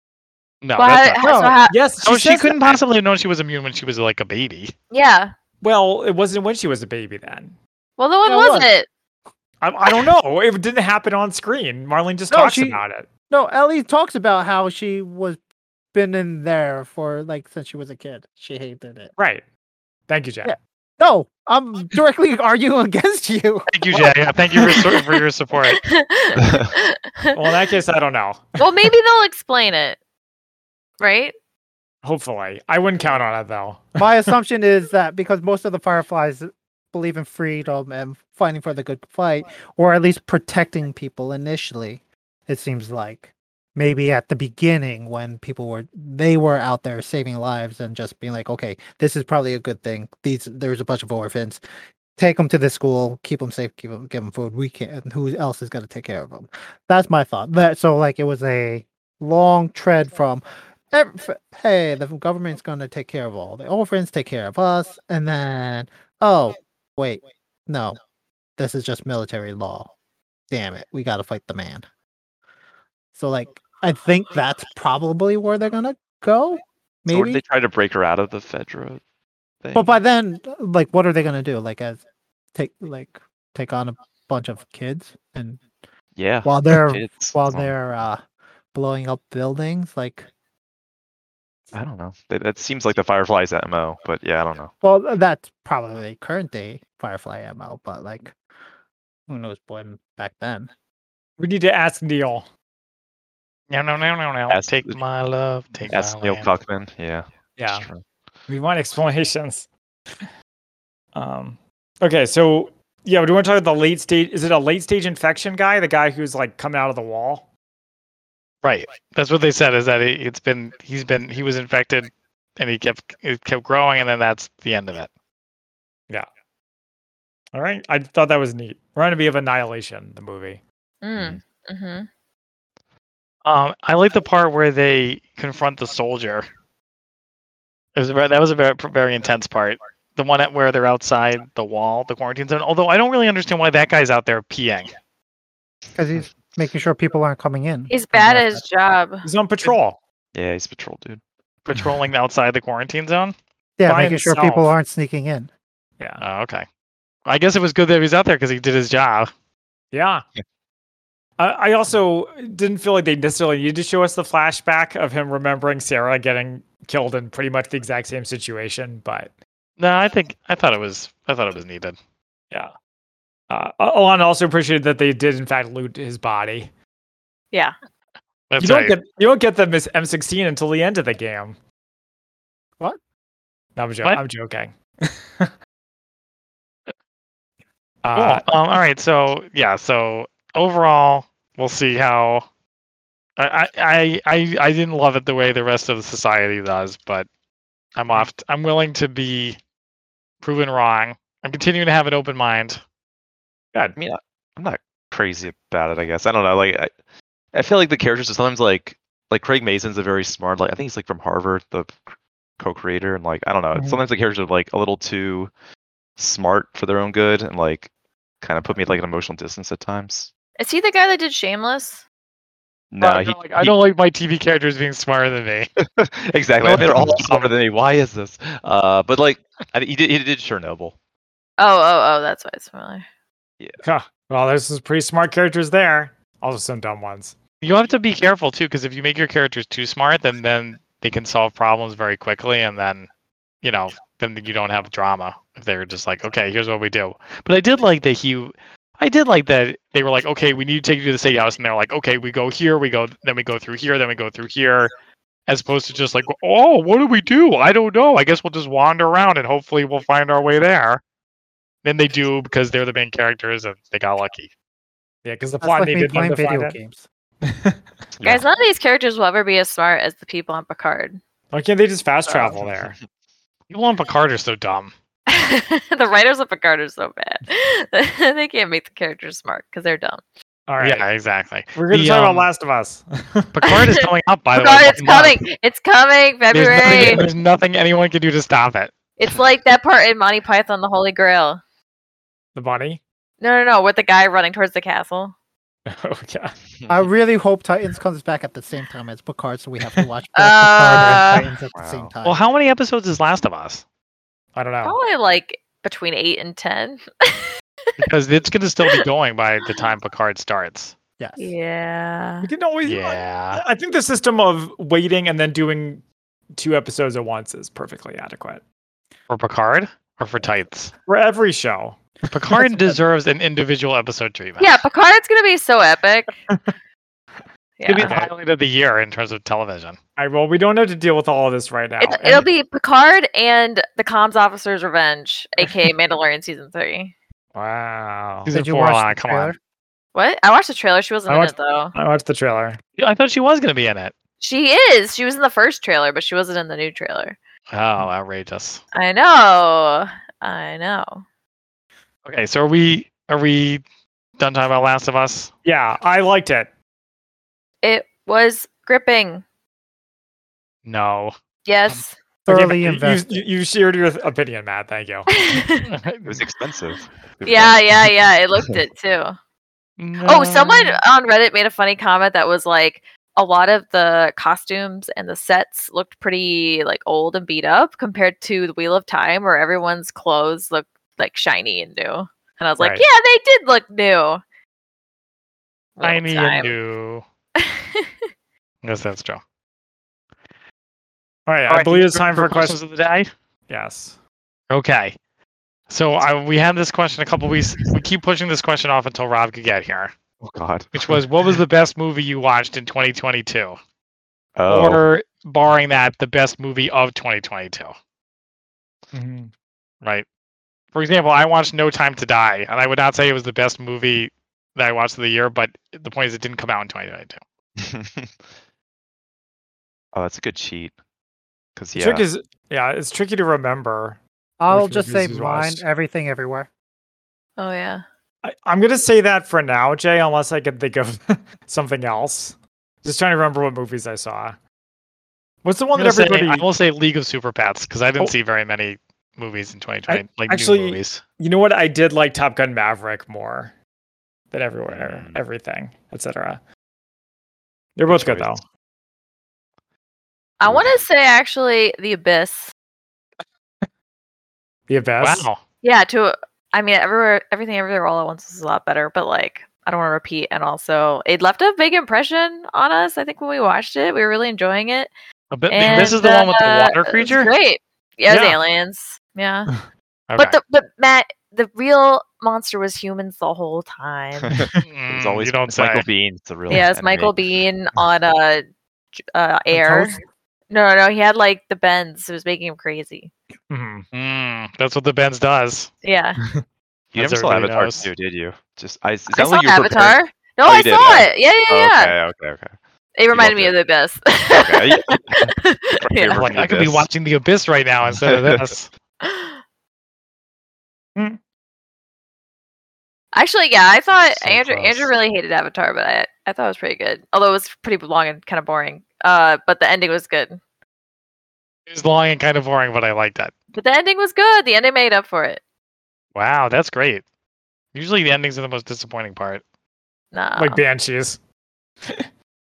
D: No,
C: Well,
D: that's
C: how-
D: not-
C: how- so
A: No,
C: how-
A: yes, she,
D: no, Oh, she
A: says
D: couldn't
A: that.
D: possibly have known she was immune when she was like a baby.
C: yeah.
A: Well, it wasn't when she was a baby then.
C: Well, the one
B: Yeah, it
C: was
B: was.
C: it?
A: I, I don't know. It didn't happen on screen. Marlene just
B: No,
A: talks
B: she-
A: about it.
B: No, Ellie talks about how she was been in there for like since she was a kid. She hated it.
A: Right. Thank you, Jack.
B: Yeah. No, I'm directly arguing against you.
D: Thank you, Jay. Yeah, Thank you for, sur- for your *laughs* support.
E: *laughs*
A: Well, in that case, I don't know.
C: *laughs* well, maybe they'll explain it, right?
A: Hopefully, I wouldn't count on it though.
B: My assumption is that because most of the fireflies believe in freedom and fighting for the good fight, or at least protecting people initially, it seems like. Maybe at the beginning when people were they were out there saving lives and just being like, okay, this is probably a good thing. These there's a bunch of orphans. Take them to the school, keep them safe, keep them, give them food. We can. Who else is going to take care of them? That's my thought. That so like it was a long tread from ev- f- hey, the government's gonna take care of all the orphans, take care of us, and then oh wait, no, this is just military law. Damn it, we gotta fight the man. So like, I think that's probably where they're gonna go,
E: Or did
B: maybe.
E: they try to break her out of the Fedra thing?
B: But by then, like, what are they gonna do? Like, as take like take on a bunch of kids, and *sighs*
E: yeah,
B: while they're
E: it's-
B: while
E: um,
B: they're uh blowing up buildings, like
E: I don't know. That, that seems like the Fireflies mo, but yeah, I don't know.
B: Well, th- that's probably current day Firefly ML, but like, who knows when back then?
A: We need to ask Neil. *laughs*
D: No, no, no, no, no.
E: Ask-
D: take my love. Take
E: Ask
D: my
E: Neil
D: land.
E: Cuckman. Yeah. it's
A: Yeah,
E: true.
A: we want explanations. Um. Okay, so yeah, do you want to talk about the late stage? Is it a late stage infection guy? The guy who's like coming out of the wall?
D: Right. That's what they said. Is that it, it's been he's been he was infected, and he kept it kept growing, and then that's the end of it.
A: All right, I thought that was neat. Reminded me of Annihilation, the movie.
C: Mm. hmm
D: Um, I like the part where they confront the soldier. It was a, ver- that was a very, very intense part. The one at where they're outside the wall, the quarantine zone. Although I don't really understand why that guy's out there peeing.
B: because he's making sure people aren't coming in.
C: He's bad at his job.
A: He's on patrol.
E: Yeah, he's patrol dude.
D: patrolling outside the quarantine zone.
B: yeah,
A: by
B: making sure
A: himself.
B: people aren't sneaking in.
D: Oh, okay. I guess it was good that he was out there because he did his job.
A: Yeah.
E: Yeah.
A: I, I also didn't feel like they necessarily needed to show us the flashback of him remembering Sarah getting killed in pretty much the exact same situation, but
D: No, I think I thought it was I thought it was needed.
A: uh, Alana also appreciated that they did in fact loot his body.
D: That's
A: you don't
D: right.
A: get you don't get the Miss M16 until the end of the game.
B: What?
A: No, I'm, jo-
D: What?
A: I'm
D: *laughs*
A: joking.
D: Cool.
A: uh,
D: um, all right. So yeah. So overall, we'll see how. I, I I I I didn't love it the way the rest of the society does, but I'm
E: Mm.
D: off. I'm willing to be proven wrong. I'm continuing to have an open mind.
E: I'm not crazy about it. I guess I don't know. Like I, I feel like the characters are sometimes like like Craig Mason's a very smart. Like I think he's like from Harvard, the c- co-creator, and like I don't know.
A: Mhm.
E: Sometimes the characters are like a little too smart for their own good, and like kind of put me at like an emotional distance at times.
C: Is he the guy that did Shameless?
E: No,
D: I,
E: he,
D: don't like, I don't like my TV characters being smarter than me.
E: he- *laughs*
D: I
E: exactly. I
D: don't
E: mean, they're all
D: understand.
E: smarter than me. Why is this? Uh, but like I, he did he did Chernobyl.
C: Oh, oh, oh, that's why it's familiar.
A: huh. well, there's some pretty smart characters there. Also some dumb ones.
D: You have to be careful too, because if you make your characters too smart, then then they can solve problems very quickly, and then you know then you don't have drama if they're just like, okay, here's what we do. But I did like that he, I did like that they were like, okay, we need to take you to the state house, and they're like, okay, we go here, we go, then we go through here, then we go through here, as opposed to just like, oh, what do we do? I don't know. I guess we'll just wander around and hopefully we'll find our way there. Then they do because they're the main characters and they got lucky.
A: Yeah, because the
B: That's
A: plot
B: like me
A: needed them
B: playing
A: to find
B: video
A: it.
B: games.
E: Yeah.
C: Guys, none of these characters will ever be as smart as the people on Picard. *laughs*
A: Why can't they just fast travel there?
D: People on Picard are so dumb.
C: the writers of Picard are so bad. *laughs* they can't make the characters smart because they're dumb.
A: All right.
D: Yeah, exactly.
A: We're going to
D: The,
A: talk
D: um,
A: about Last of Us.
D: Picard is coming up, by
C: *laughs* Picard,
D: the way.
C: it's coming. It's coming.
D: There's nothing,
C: February.
D: there's nothing anyone can do to stop it.
C: It's like that part in Monty Python, the Holy Grail.
A: the bunny. *laughs*
C: No, no, no. With the guy running towards the castle.
A: Oh yeah.
B: I really hope Titans comes back at the same time as Picard, so we have to
C: *laughs*
B: watch both
C: Uh,
B: Picard and Titans at the
E: Wow.
B: same time.
D: Well, how many episodes is Last of Us?
A: I don't know.
C: Probably like between eight and ten. *laughs*
D: Because it's going to still be going by the time Picard starts.
B: yes.
C: Yeah.
A: We can always.
D: Yeah.
A: I think the system of waiting and then doing two episodes at once is perfectly adequate
D: For Picard or for *laughs* Tights?
A: for every show.
D: Picard deserves an individual episode treatment.
C: Yeah, Picard's gonna be so epic.
D: *laughs* It'll be
C: Yeah.
D: the highlight of the year in terms of television.
A: All right. Well, we don't have to deal with all of this right now.
C: It,
A: And
C: it'll be Picard and the Comms Officer's Revenge,
A: *laughs*
C: aka Mandalorian season three.
A: wow.
D: Season four, Alana,
B: the
D: come on.
C: What? I watched the trailer. She wasn't
A: I
C: in
A: watched-
C: it though.
A: I watched the trailer.
D: Yeah, I thought she was going to be in it.
C: She is. She was in the first trailer, but she wasn't in the new trailer.
D: Oh, outrageous.
C: I know. I know.
D: Okay, so are we are we done talking about Last of Us?
A: Yeah, I liked it.
C: It was gripping. *laughs*
D: No. *laughs*
A: *laughs*
C: Yes.
B: Thoroughly
A: You- you,
B: invested.
A: you, you shared your opinion, Matt. Thank you.
C: yeah,
E: It was expensive.
C: yeah, yeah. It
A: *laughs*
C: looked it too. Oh, someone
D: No.
C: on Reddit made a funny comment that was like a lot of the costumes and the sets looked pretty like old and beat up compared to the Wheel of Time where everyone's clothes look like shiny and new. And I was like,
A: Right.
C: yeah, they did look new. Wheel of
D: I mean,
C: Time.
D: you. Yes, that's true.
A: All right.
D: All
A: I
D: right,
A: believe it's
D: for-
A: time for questions.
D: questions of the day.
A: Yes.
D: Okay. So I, we had this question a couple weeks. We keep pushing this question off until Rob could get here,
E: Oh God.
D: which was, what was the best movie you watched in 2022?
E: Oh.
D: Or barring that, the best movie of 2022, Mm-hmm. right? For example, I watched No Time to Die, and I would not say it was the best movie that I watched of the year, but the point is, it didn't come out in 2022.
E: *laughs* oh, that's a good cheat. Cause
A: The
E: yeah,
A: Trick is, yeah, it's tricky to remember.
B: I'll
A: Which
B: just say
A: movies you
B: mine,
A: watched?
B: everything, everywhere.
C: Oh, yeah.
A: I, I'm gonna say that for now, Jay, unless I can think of *laughs* something else. Just trying to remember what movies I saw. What's the one
D: I'm
A: that
D: gonna say-
A: everybody?
D: I will say League of Super Pets because I didn't
A: Oh.
D: see very many movies in 2020, like
A: actually,
D: new movies.
A: you know what? I did like Top Gun Maverick more. than everywhere,
D: Hmm.
E: Mm.
A: everything, etc. They're both good though.
E: choice.
C: I want to say actually the abyss.
A: The Abyss.
D: Wow.
C: Yeah, to I mean everywhere everything everywhere all at once is a lot better, but like I don't want to repeat and also it left a big impression on us. I think when we watched it, we were really enjoying it.
D: A bit, this is the one with the
C: uh,
D: water
C: it was
D: creature.
C: Great. Yeah, it was
A: Yeah.
C: aliens. *laughs* Yeah.
D: Okay.
C: But the but Matt, the real monster was humans the whole
E: *laughs*
C: time.
D: Mm,
E: It's always
D: you don't
E: it's
D: say.
E: Michael Bean. It's a real
C: yeah, it's
E: enemy.
C: Michael Bean on uh, j- uh air.
B: Toast?
C: No, no, no. He had like the bends. It was making him crazy.
A: Mhm.
D: Mm, that's what the Benz does.
C: Yeah.
E: You never
D: As
E: saw
D: everybody
E: Avatar
D: knows.
E: 2, did you? Just I. Is
C: I
E: that
C: saw
E: what you were
C: Avatar.
E: preparing-
C: No,
E: Oh,
C: I
E: you did,
C: saw
E: yeah.
C: it. Yeah, yeah,
E: Oh,
C: yeah.
E: Okay. Okay. Okay.
C: It reminded me
E: loved
C: of the abyss. *laughs*
E: Okay, yeah. *laughs*
C: Yeah.
E: Favorite
D: *laughs* Like
E: from
D: I could be
E: Abyss.
D: watching the abyss right now instead of *laughs* this.
C: Actually, yeah, I thought
E: So
C: Andrew
E: close.
C: Andrew really hated Avatar, but I I thought it was pretty good. Although it was pretty long and kind of boring. Uh, but the ending was good.
D: It was long and kind of boring, but I liked it.
C: But the ending was good. The ending made up for it.
D: Wow, that's great. Usually the endings are the most disappointing part.
C: Nah.
A: Like Banshees.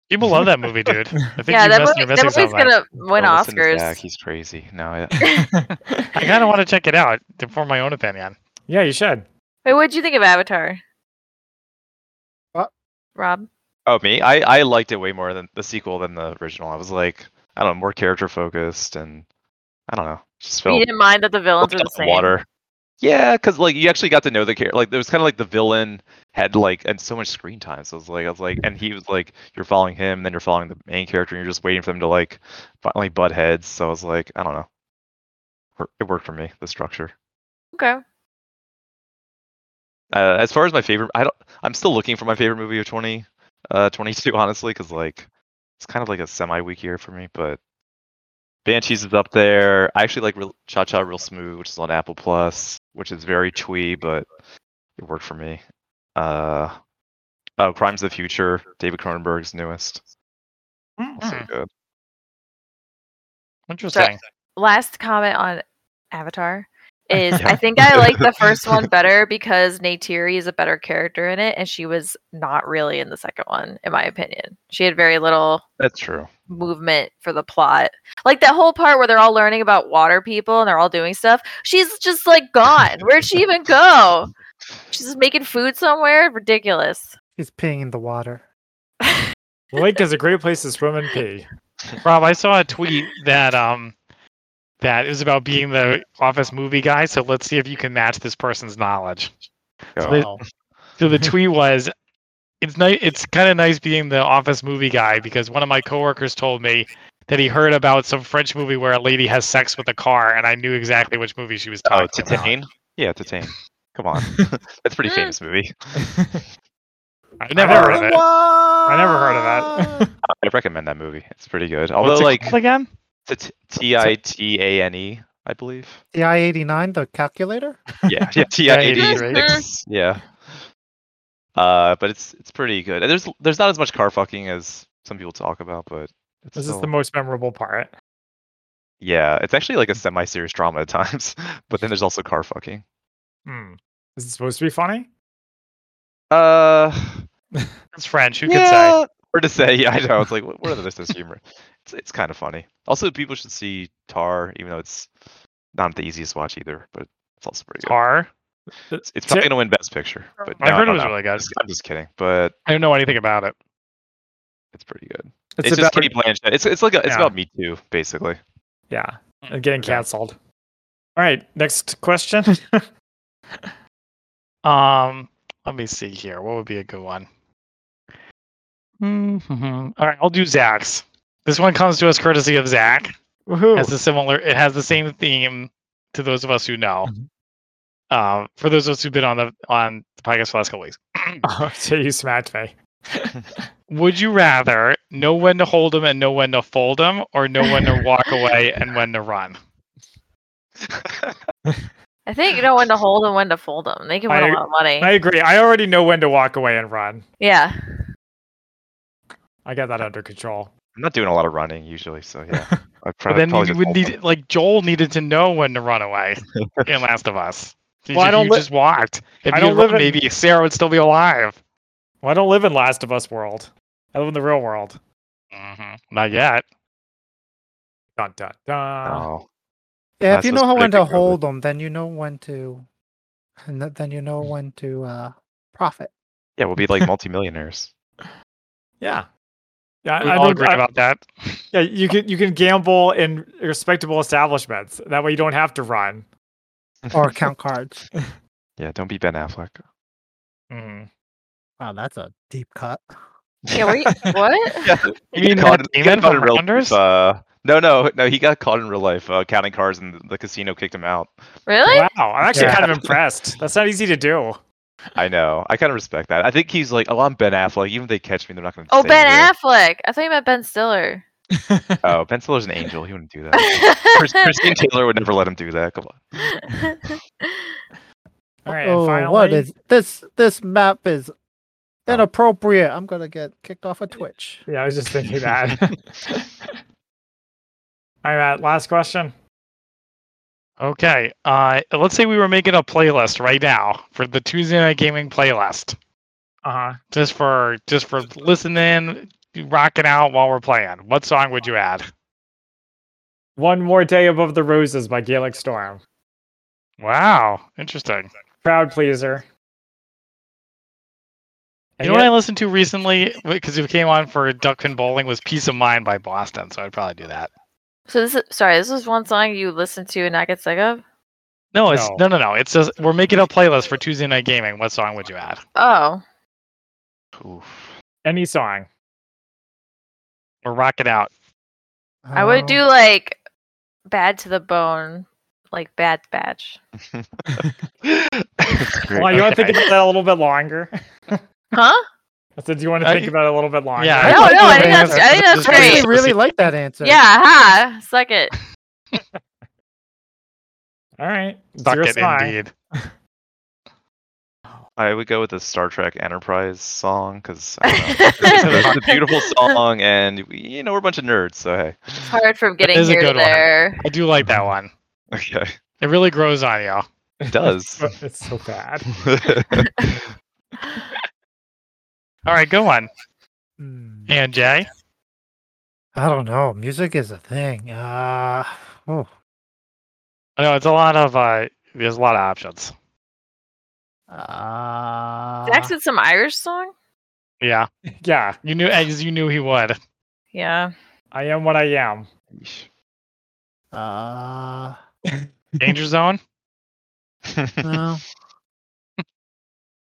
D: People love that movie, *laughs* dude. I think
C: yeah,
D: you missed,
C: that movie,
D: you're missing
C: that movie's
D: something.
C: gonna win
E: Don't listen to Zach,
C: Oscars.
E: He's crazy. No. Yeah.
C: *laughs*
D: I kind of want to check it out to form my own opinion.
A: Yeah, you should.
C: Wait, what did you think of Avatar?
B: What?
C: Rob?
E: Oh me, I I liked it way more than the sequel than the original. I was like, I don't know, more character focused, and I don't know, just
C: You
E: felt
C: didn't mind that the villains were
E: felt
C: the
E: like
C: same.
E: water. Yeah, because like you actually got to know the character. Like it was kind of like the villain had like and so much screen time. So it was like I was like, and he was like, you're following him, and then you're following the main character, and you're just waiting for them to like finally butt heads. So I was like, I don't know, Wor- it worked for me the structure.
C: Okay.
E: Uh, as far as my favorite, I don't. I'm still looking for my favorite movie of 20, uh, 22, *laughs* honestly, because like it's kind of like a semi-weak year for me. But Banshees is up there. I actually like Real, Cha Cha Real Smooth, which is on Apple Plus, which is very twee, but it worked for me. Uh, oh, Crimes of the Future, David Cronenberg's newest, also
D: Mm,
E: good.
D: Interesting.
C: Last comment on Avatar is
E: Yeah.
C: I think I like the first one better because Neytiri is a better character in it, and she was not really in the second one, in my opinion. She had very little
E: That's true.
C: movement for the plot. Like that whole part where they're all learning about water people and they're all doing stuff. She's just like gone. Where'd she even go? She's just making food somewhere. Ridiculous.
B: He's peeing in the water.
A: Lake is a great place to swim and pee.
D: Rob, I saw a tweet that um that is about being the office movie guy. So let's see if you can match this person's knowledge.
E: Go.
D: They- So the tweet was, "It's nice. It's kind of nice being the office movie guy because one of my coworkers told me that he heard about some French movie where a lady has sex with a car, and I knew exactly which movie she was
E: Oh,
D: talking about.
E: Tatane. Yeah, Tatane.
D: *laughs*
E: Come on, that's a pretty
D: Hmm.
C: Mm.
E: famous movie.
D: I never heard of it.
A: I never heard of that.
E: I recommend that movie. It's pretty
D: What's
E: good. Although,
D: it
E: like,
D: called again?
E: T I T A N E, I believe.
B: *laughs* The I eighty nine, the calculator.
E: Yeah, *laughs* yeah, T I E, eighty six. Yeah. Uh, but it's it's pretty good. And There's there's not as much car fucking as some people talk about, but it's
A: this is the
E: still-
A: most memorable part.
E: yeah, it's actually like a semi-serious drama at times. *laughs* But then there's also car fucking.
A: Hmm. Is it supposed to be funny?
E: Uh,
D: It's French. Who can say?
E: yeah, Hard to say. Yeah, I know. It's like what what are the this humor? It's it's kind of funny. Also, people should see Tar, even though it's not the easiest watch either. But it's also pretty good.
D: Tar.
E: It's, it's probably gonna win Best Picture. But
D: I
E: no,
D: heard it
E: don't
D: was
E: know.
D: really good.
E: Just- I'm just kidding, but
D: I don't know anything about it.
E: it's pretty good.
A: It's,
E: It's, just
A: about
E: Kitty Blanchett. It's it's like a, it's
A: Yeah.
E: about Me Too, basically. *laughs*
A: yeah, and getting
D: Okay.
A: canceled. All right, next
D: *laughs*
A: question. *laughs*
D: Um, let me see here. What would be a good one? Mhm. All right, I'll do Zach's. This one comes to us courtesy of Zach. It has
A: Woohoo!
D: a similar. It has the same theme to those of us who know.
A: Mhm.
D: Uh, for those of us who've been on the on the podcast for the last couple weeks,
A: Oh, gee, you smacked me.
D: would you rather know when to hold them and know when to fold them, or know when to walk away and when to run?
C: I think you know when to hold and when to fold them. They can win
A: I-
C: a lot of money.
A: I agree. I already know when to walk away and run.
C: yeah.
A: I got that under control.
E: I'm not doing a lot of running usually, so
D: *laughs*
E: yeah. I
D: But
E: probably,
D: then
E: probably
D: you
E: just
D: would
E: hold
D: need
E: them. *laughs*
D: like Joel needed to know when to run away in Last of Us. You,
A: Well, I don't
D: you
A: li-
D: just walked. If
A: I
D: you
A: don't
D: lived,
A: live in-
D: maybe Sarah would still be alive.
A: Well, I don't live in Last of Us world. I live in the real world. Mm-hmm.
D: hmm Not yet.
A: Dun dun
D: Ah.
A: dun.
E: Oh.
B: Yeah, if
E: That's
B: you
E: what's
B: know how when to
E: predicting growth.
B: hold them, then you know when to, and th- then you know when to uh profit.
E: Yeah, we'll
D: *laughs*
E: be like multimillionaires.
A: Yeah. Yeah,
D: We
A: I
D: all
A: don't-
D: agree
A: I-
D: about that.
A: yeah, you can you can gamble in respectable establishments. That way, you don't have to run.
B: or count cards.
E: Yeah, don't be Ben Affleck.
D: Mhm.
A: Mm-hmm.
B: Wow, that's a deep cut.
C: Yeah, were you,
A: *laughs*
C: what?
E: *laughs* Yeah,
D: You
E: he
D: mean
E: got caught
D: that
E: in- he
D: demon
E: got caught
D: from
E: in real
D: Rounders?
E: life. Uh, no, no, no. He got caught in real life uh, counting cars, and the casino kicked him out.
C: Really?
A: Wow, I'm actually
B: Yeah.
A: kind of impressed. That's not easy to do.
E: I know. I kind of respect that. I think he's like, oh, I'm Ben Affleck. Even if they catch me, they're not going to.
C: Oh, Ben Affleck. I thought you meant Ben Stiller.
E: Oh, Ben Stiller's an angel. He wouldn't
C: *laughs*
E: do that. Chris- Christine Taylor would never let him do that. Come on.
A: All right,
B: oh,
A: and finally,
B: what is this? This map is inappropriate. I'm gonna get kicked off of Twitch.
A: Yeah, I was just thinking that. *laughs* All right, Matt, last question.
D: Okay. Uh, let's say we were making a playlist right now for the Tuesday Night Gaming playlist,
A: Uh huh.
D: just for just for listening, rocking out while we're playing. What song would you add?
A: One more day above the roses by Gaelic Storm.
D: Wow, interesting.
A: Proud pleaser.
D: You know what I listened to recently because it came on for Duckpin Bowling was "Peace of Mind" by Boston, so I'd probably do that.
C: so this is sorry. This is one song you listen to and not get sick of.
D: No, it's
A: No.
D: no, no, no. It's just we're making a playlist for Tuesday Night Gaming. What song would you add?
C: Oh,
E: Oof.
C: *laughs*
A: Any song.
D: We're rocking out.
C: I would do
B: Um,
C: like bad to the bone, like bad batch.
E: That's great.
A: Well, you want to think
D: Okay.
A: about that a little bit longer? *laughs*
C: Huh?
A: I said, do you want to
D: Uh,
A: think
D: y-
A: about it a little bit longer?
D: yeah,
C: No,
D: like
C: no,
D: the
C: I think that's
D: answer.
C: I think that's
B: I actually
C: great.
B: really like that answer.
C: Yeah, ha! Suck it.
A: All right.
D: Suck
A: Zero
D: it,
A: song.
D: indeed.
E: I would go with the Star Trek Enterprise song because
C: *laughs*
E: it's a beautiful song, and we, you know we're a bunch of nerds, so hey. *laughs*
C: It's hard from getting
D: is a
C: here to
D: good one.
C: there.
D: I do like that one.
E: Okay,
D: It really grows on you.
E: it does.
A: It's so bad. *laughs*
D: All right, good one.
B: Hmm.
D: And Jay,
B: I don't know. Music is a thing. Uh, oh,
D: I know it's a lot of uh, there's a lot of options.
B: uh,
C: Zach said some Irish song.
D: Yeah,
A: Yeah,
D: you knew as you knew he would.
C: Yeah.
A: I am what I am.
E: Yeesh.
D: *laughs*
B: uh,
D: Danger Zone.
B: no.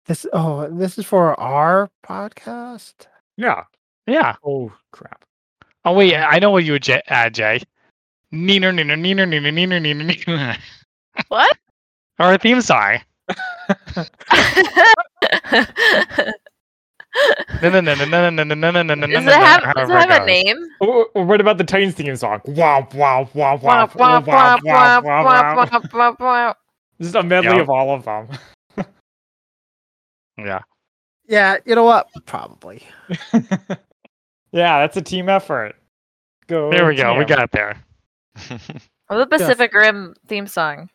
B: this oh, this is for our podcast.
A: Yeah.
D: Yeah.
A: Oh, crap.
D: Oh wait, I know what you would j- add, Jay. Neener, neener, neener, neener, neener, neener, neener.
C: What?
D: Or a theme song. No, no, no, no, no, no, no, no, no, no, no,
C: does
D: no,
C: it
D: no,
C: have does
D: however
C: it have a
D: goes.
C: name?
A: Oh, oh, what about the Titans theme song? Wow, wow, wow, wow,
C: Womp, womp, womp, womp, womp, womp, womp, womp.
A: This is a medley
D: Yeah.
A: of all of them. *laughs*
D: Yeah.
B: Yeah, you know what? Probably.
A: Yeah, that's a team effort. Go.
D: There we go. We
A: team.
D: got it there.
C: Or the
B: Yes.
C: Pacific Rim theme song.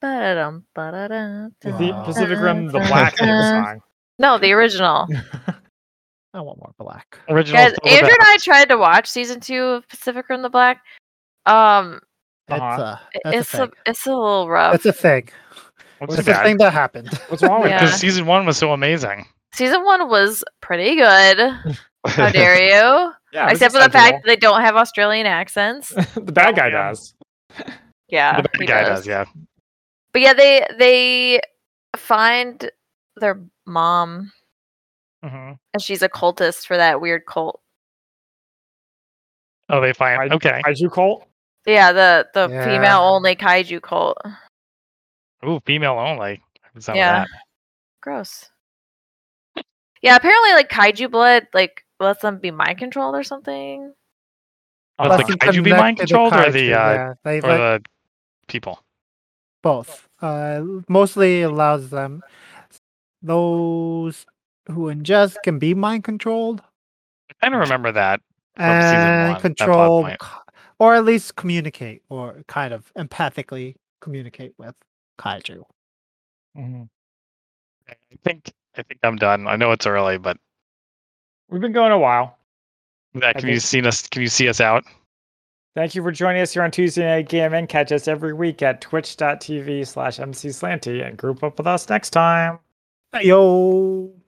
C: Ba-da-dum, ba-da-dum,
A: The
B: Wow.
A: Pacific Rim, the black theme song.
C: No, the original.
B: I want more black.
D: Original.
C: Guys,
D: Silver
C: Andrew and
D: Bell.
C: I tried to watch season two of Pacific Rim the Black. Um,
B: It's
A: Uh-huh.
B: a
C: i-
B: that's
C: it's
B: a
C: a,
B: thing.
C: it's a little rough.
B: It's a thing.
D: What's
B: It's
D: the
B: a
D: bad?
B: thing that happened.
A: What's wrong with
C: Yeah.
A: this?
D: Because season one was so amazing.
C: season one was pretty good.
E: *laughs*
C: How dare you?
A: Yeah, this
C: Except for
A: is
C: the fact
A: sensible.
C: that they don't have Australian accents.
A: the bad guy
D: Yeah.
A: does.
C: Yeah,
D: the
C: he
D: bad guy does. Yeah.
C: But yeah, they they find their mom,
D: hmm
C: and she's a cultist for that weird cult.
D: Oh, they find.
A: I-
D: okay.
A: Kaiju Colt.
C: Yeah, the the
B: Yeah.
C: female only kaiju cult.
D: Ooh, female only. What's up with
C: Yeah.
D: that?
C: Gross. Yeah, apparently, like kaiju blood, like lets them be mind controlled or something.
A: Uh,
D: But the
B: Wasn't
D: kaiju be
B: connected
D: mind
B: to
D: controlled or the,
B: kaiju,
D: uh,
B: yeah, they
D: Or
B: like
D: the people.
B: both. Uh, mostly allows them those who ingest can be mind controlled
D: I kind of remember that. From season one,
B: and
D: that plot
B: control,
D: point.
B: ki- or at least communicate or kind of empathically communicate with kaiju.
A: Mm-hmm.
D: Mhm. Okay, I think I think I'm done. I know it's early, but
A: We've been going a while.
D: that,
A: I
D: can you
A: think-
D: see us? Can you see us out?
A: Thank you for joining us here on Tuesday Night GMN. Catch us every week at twitch.tv slash mcslanty and group up with us next time.
B: Yo.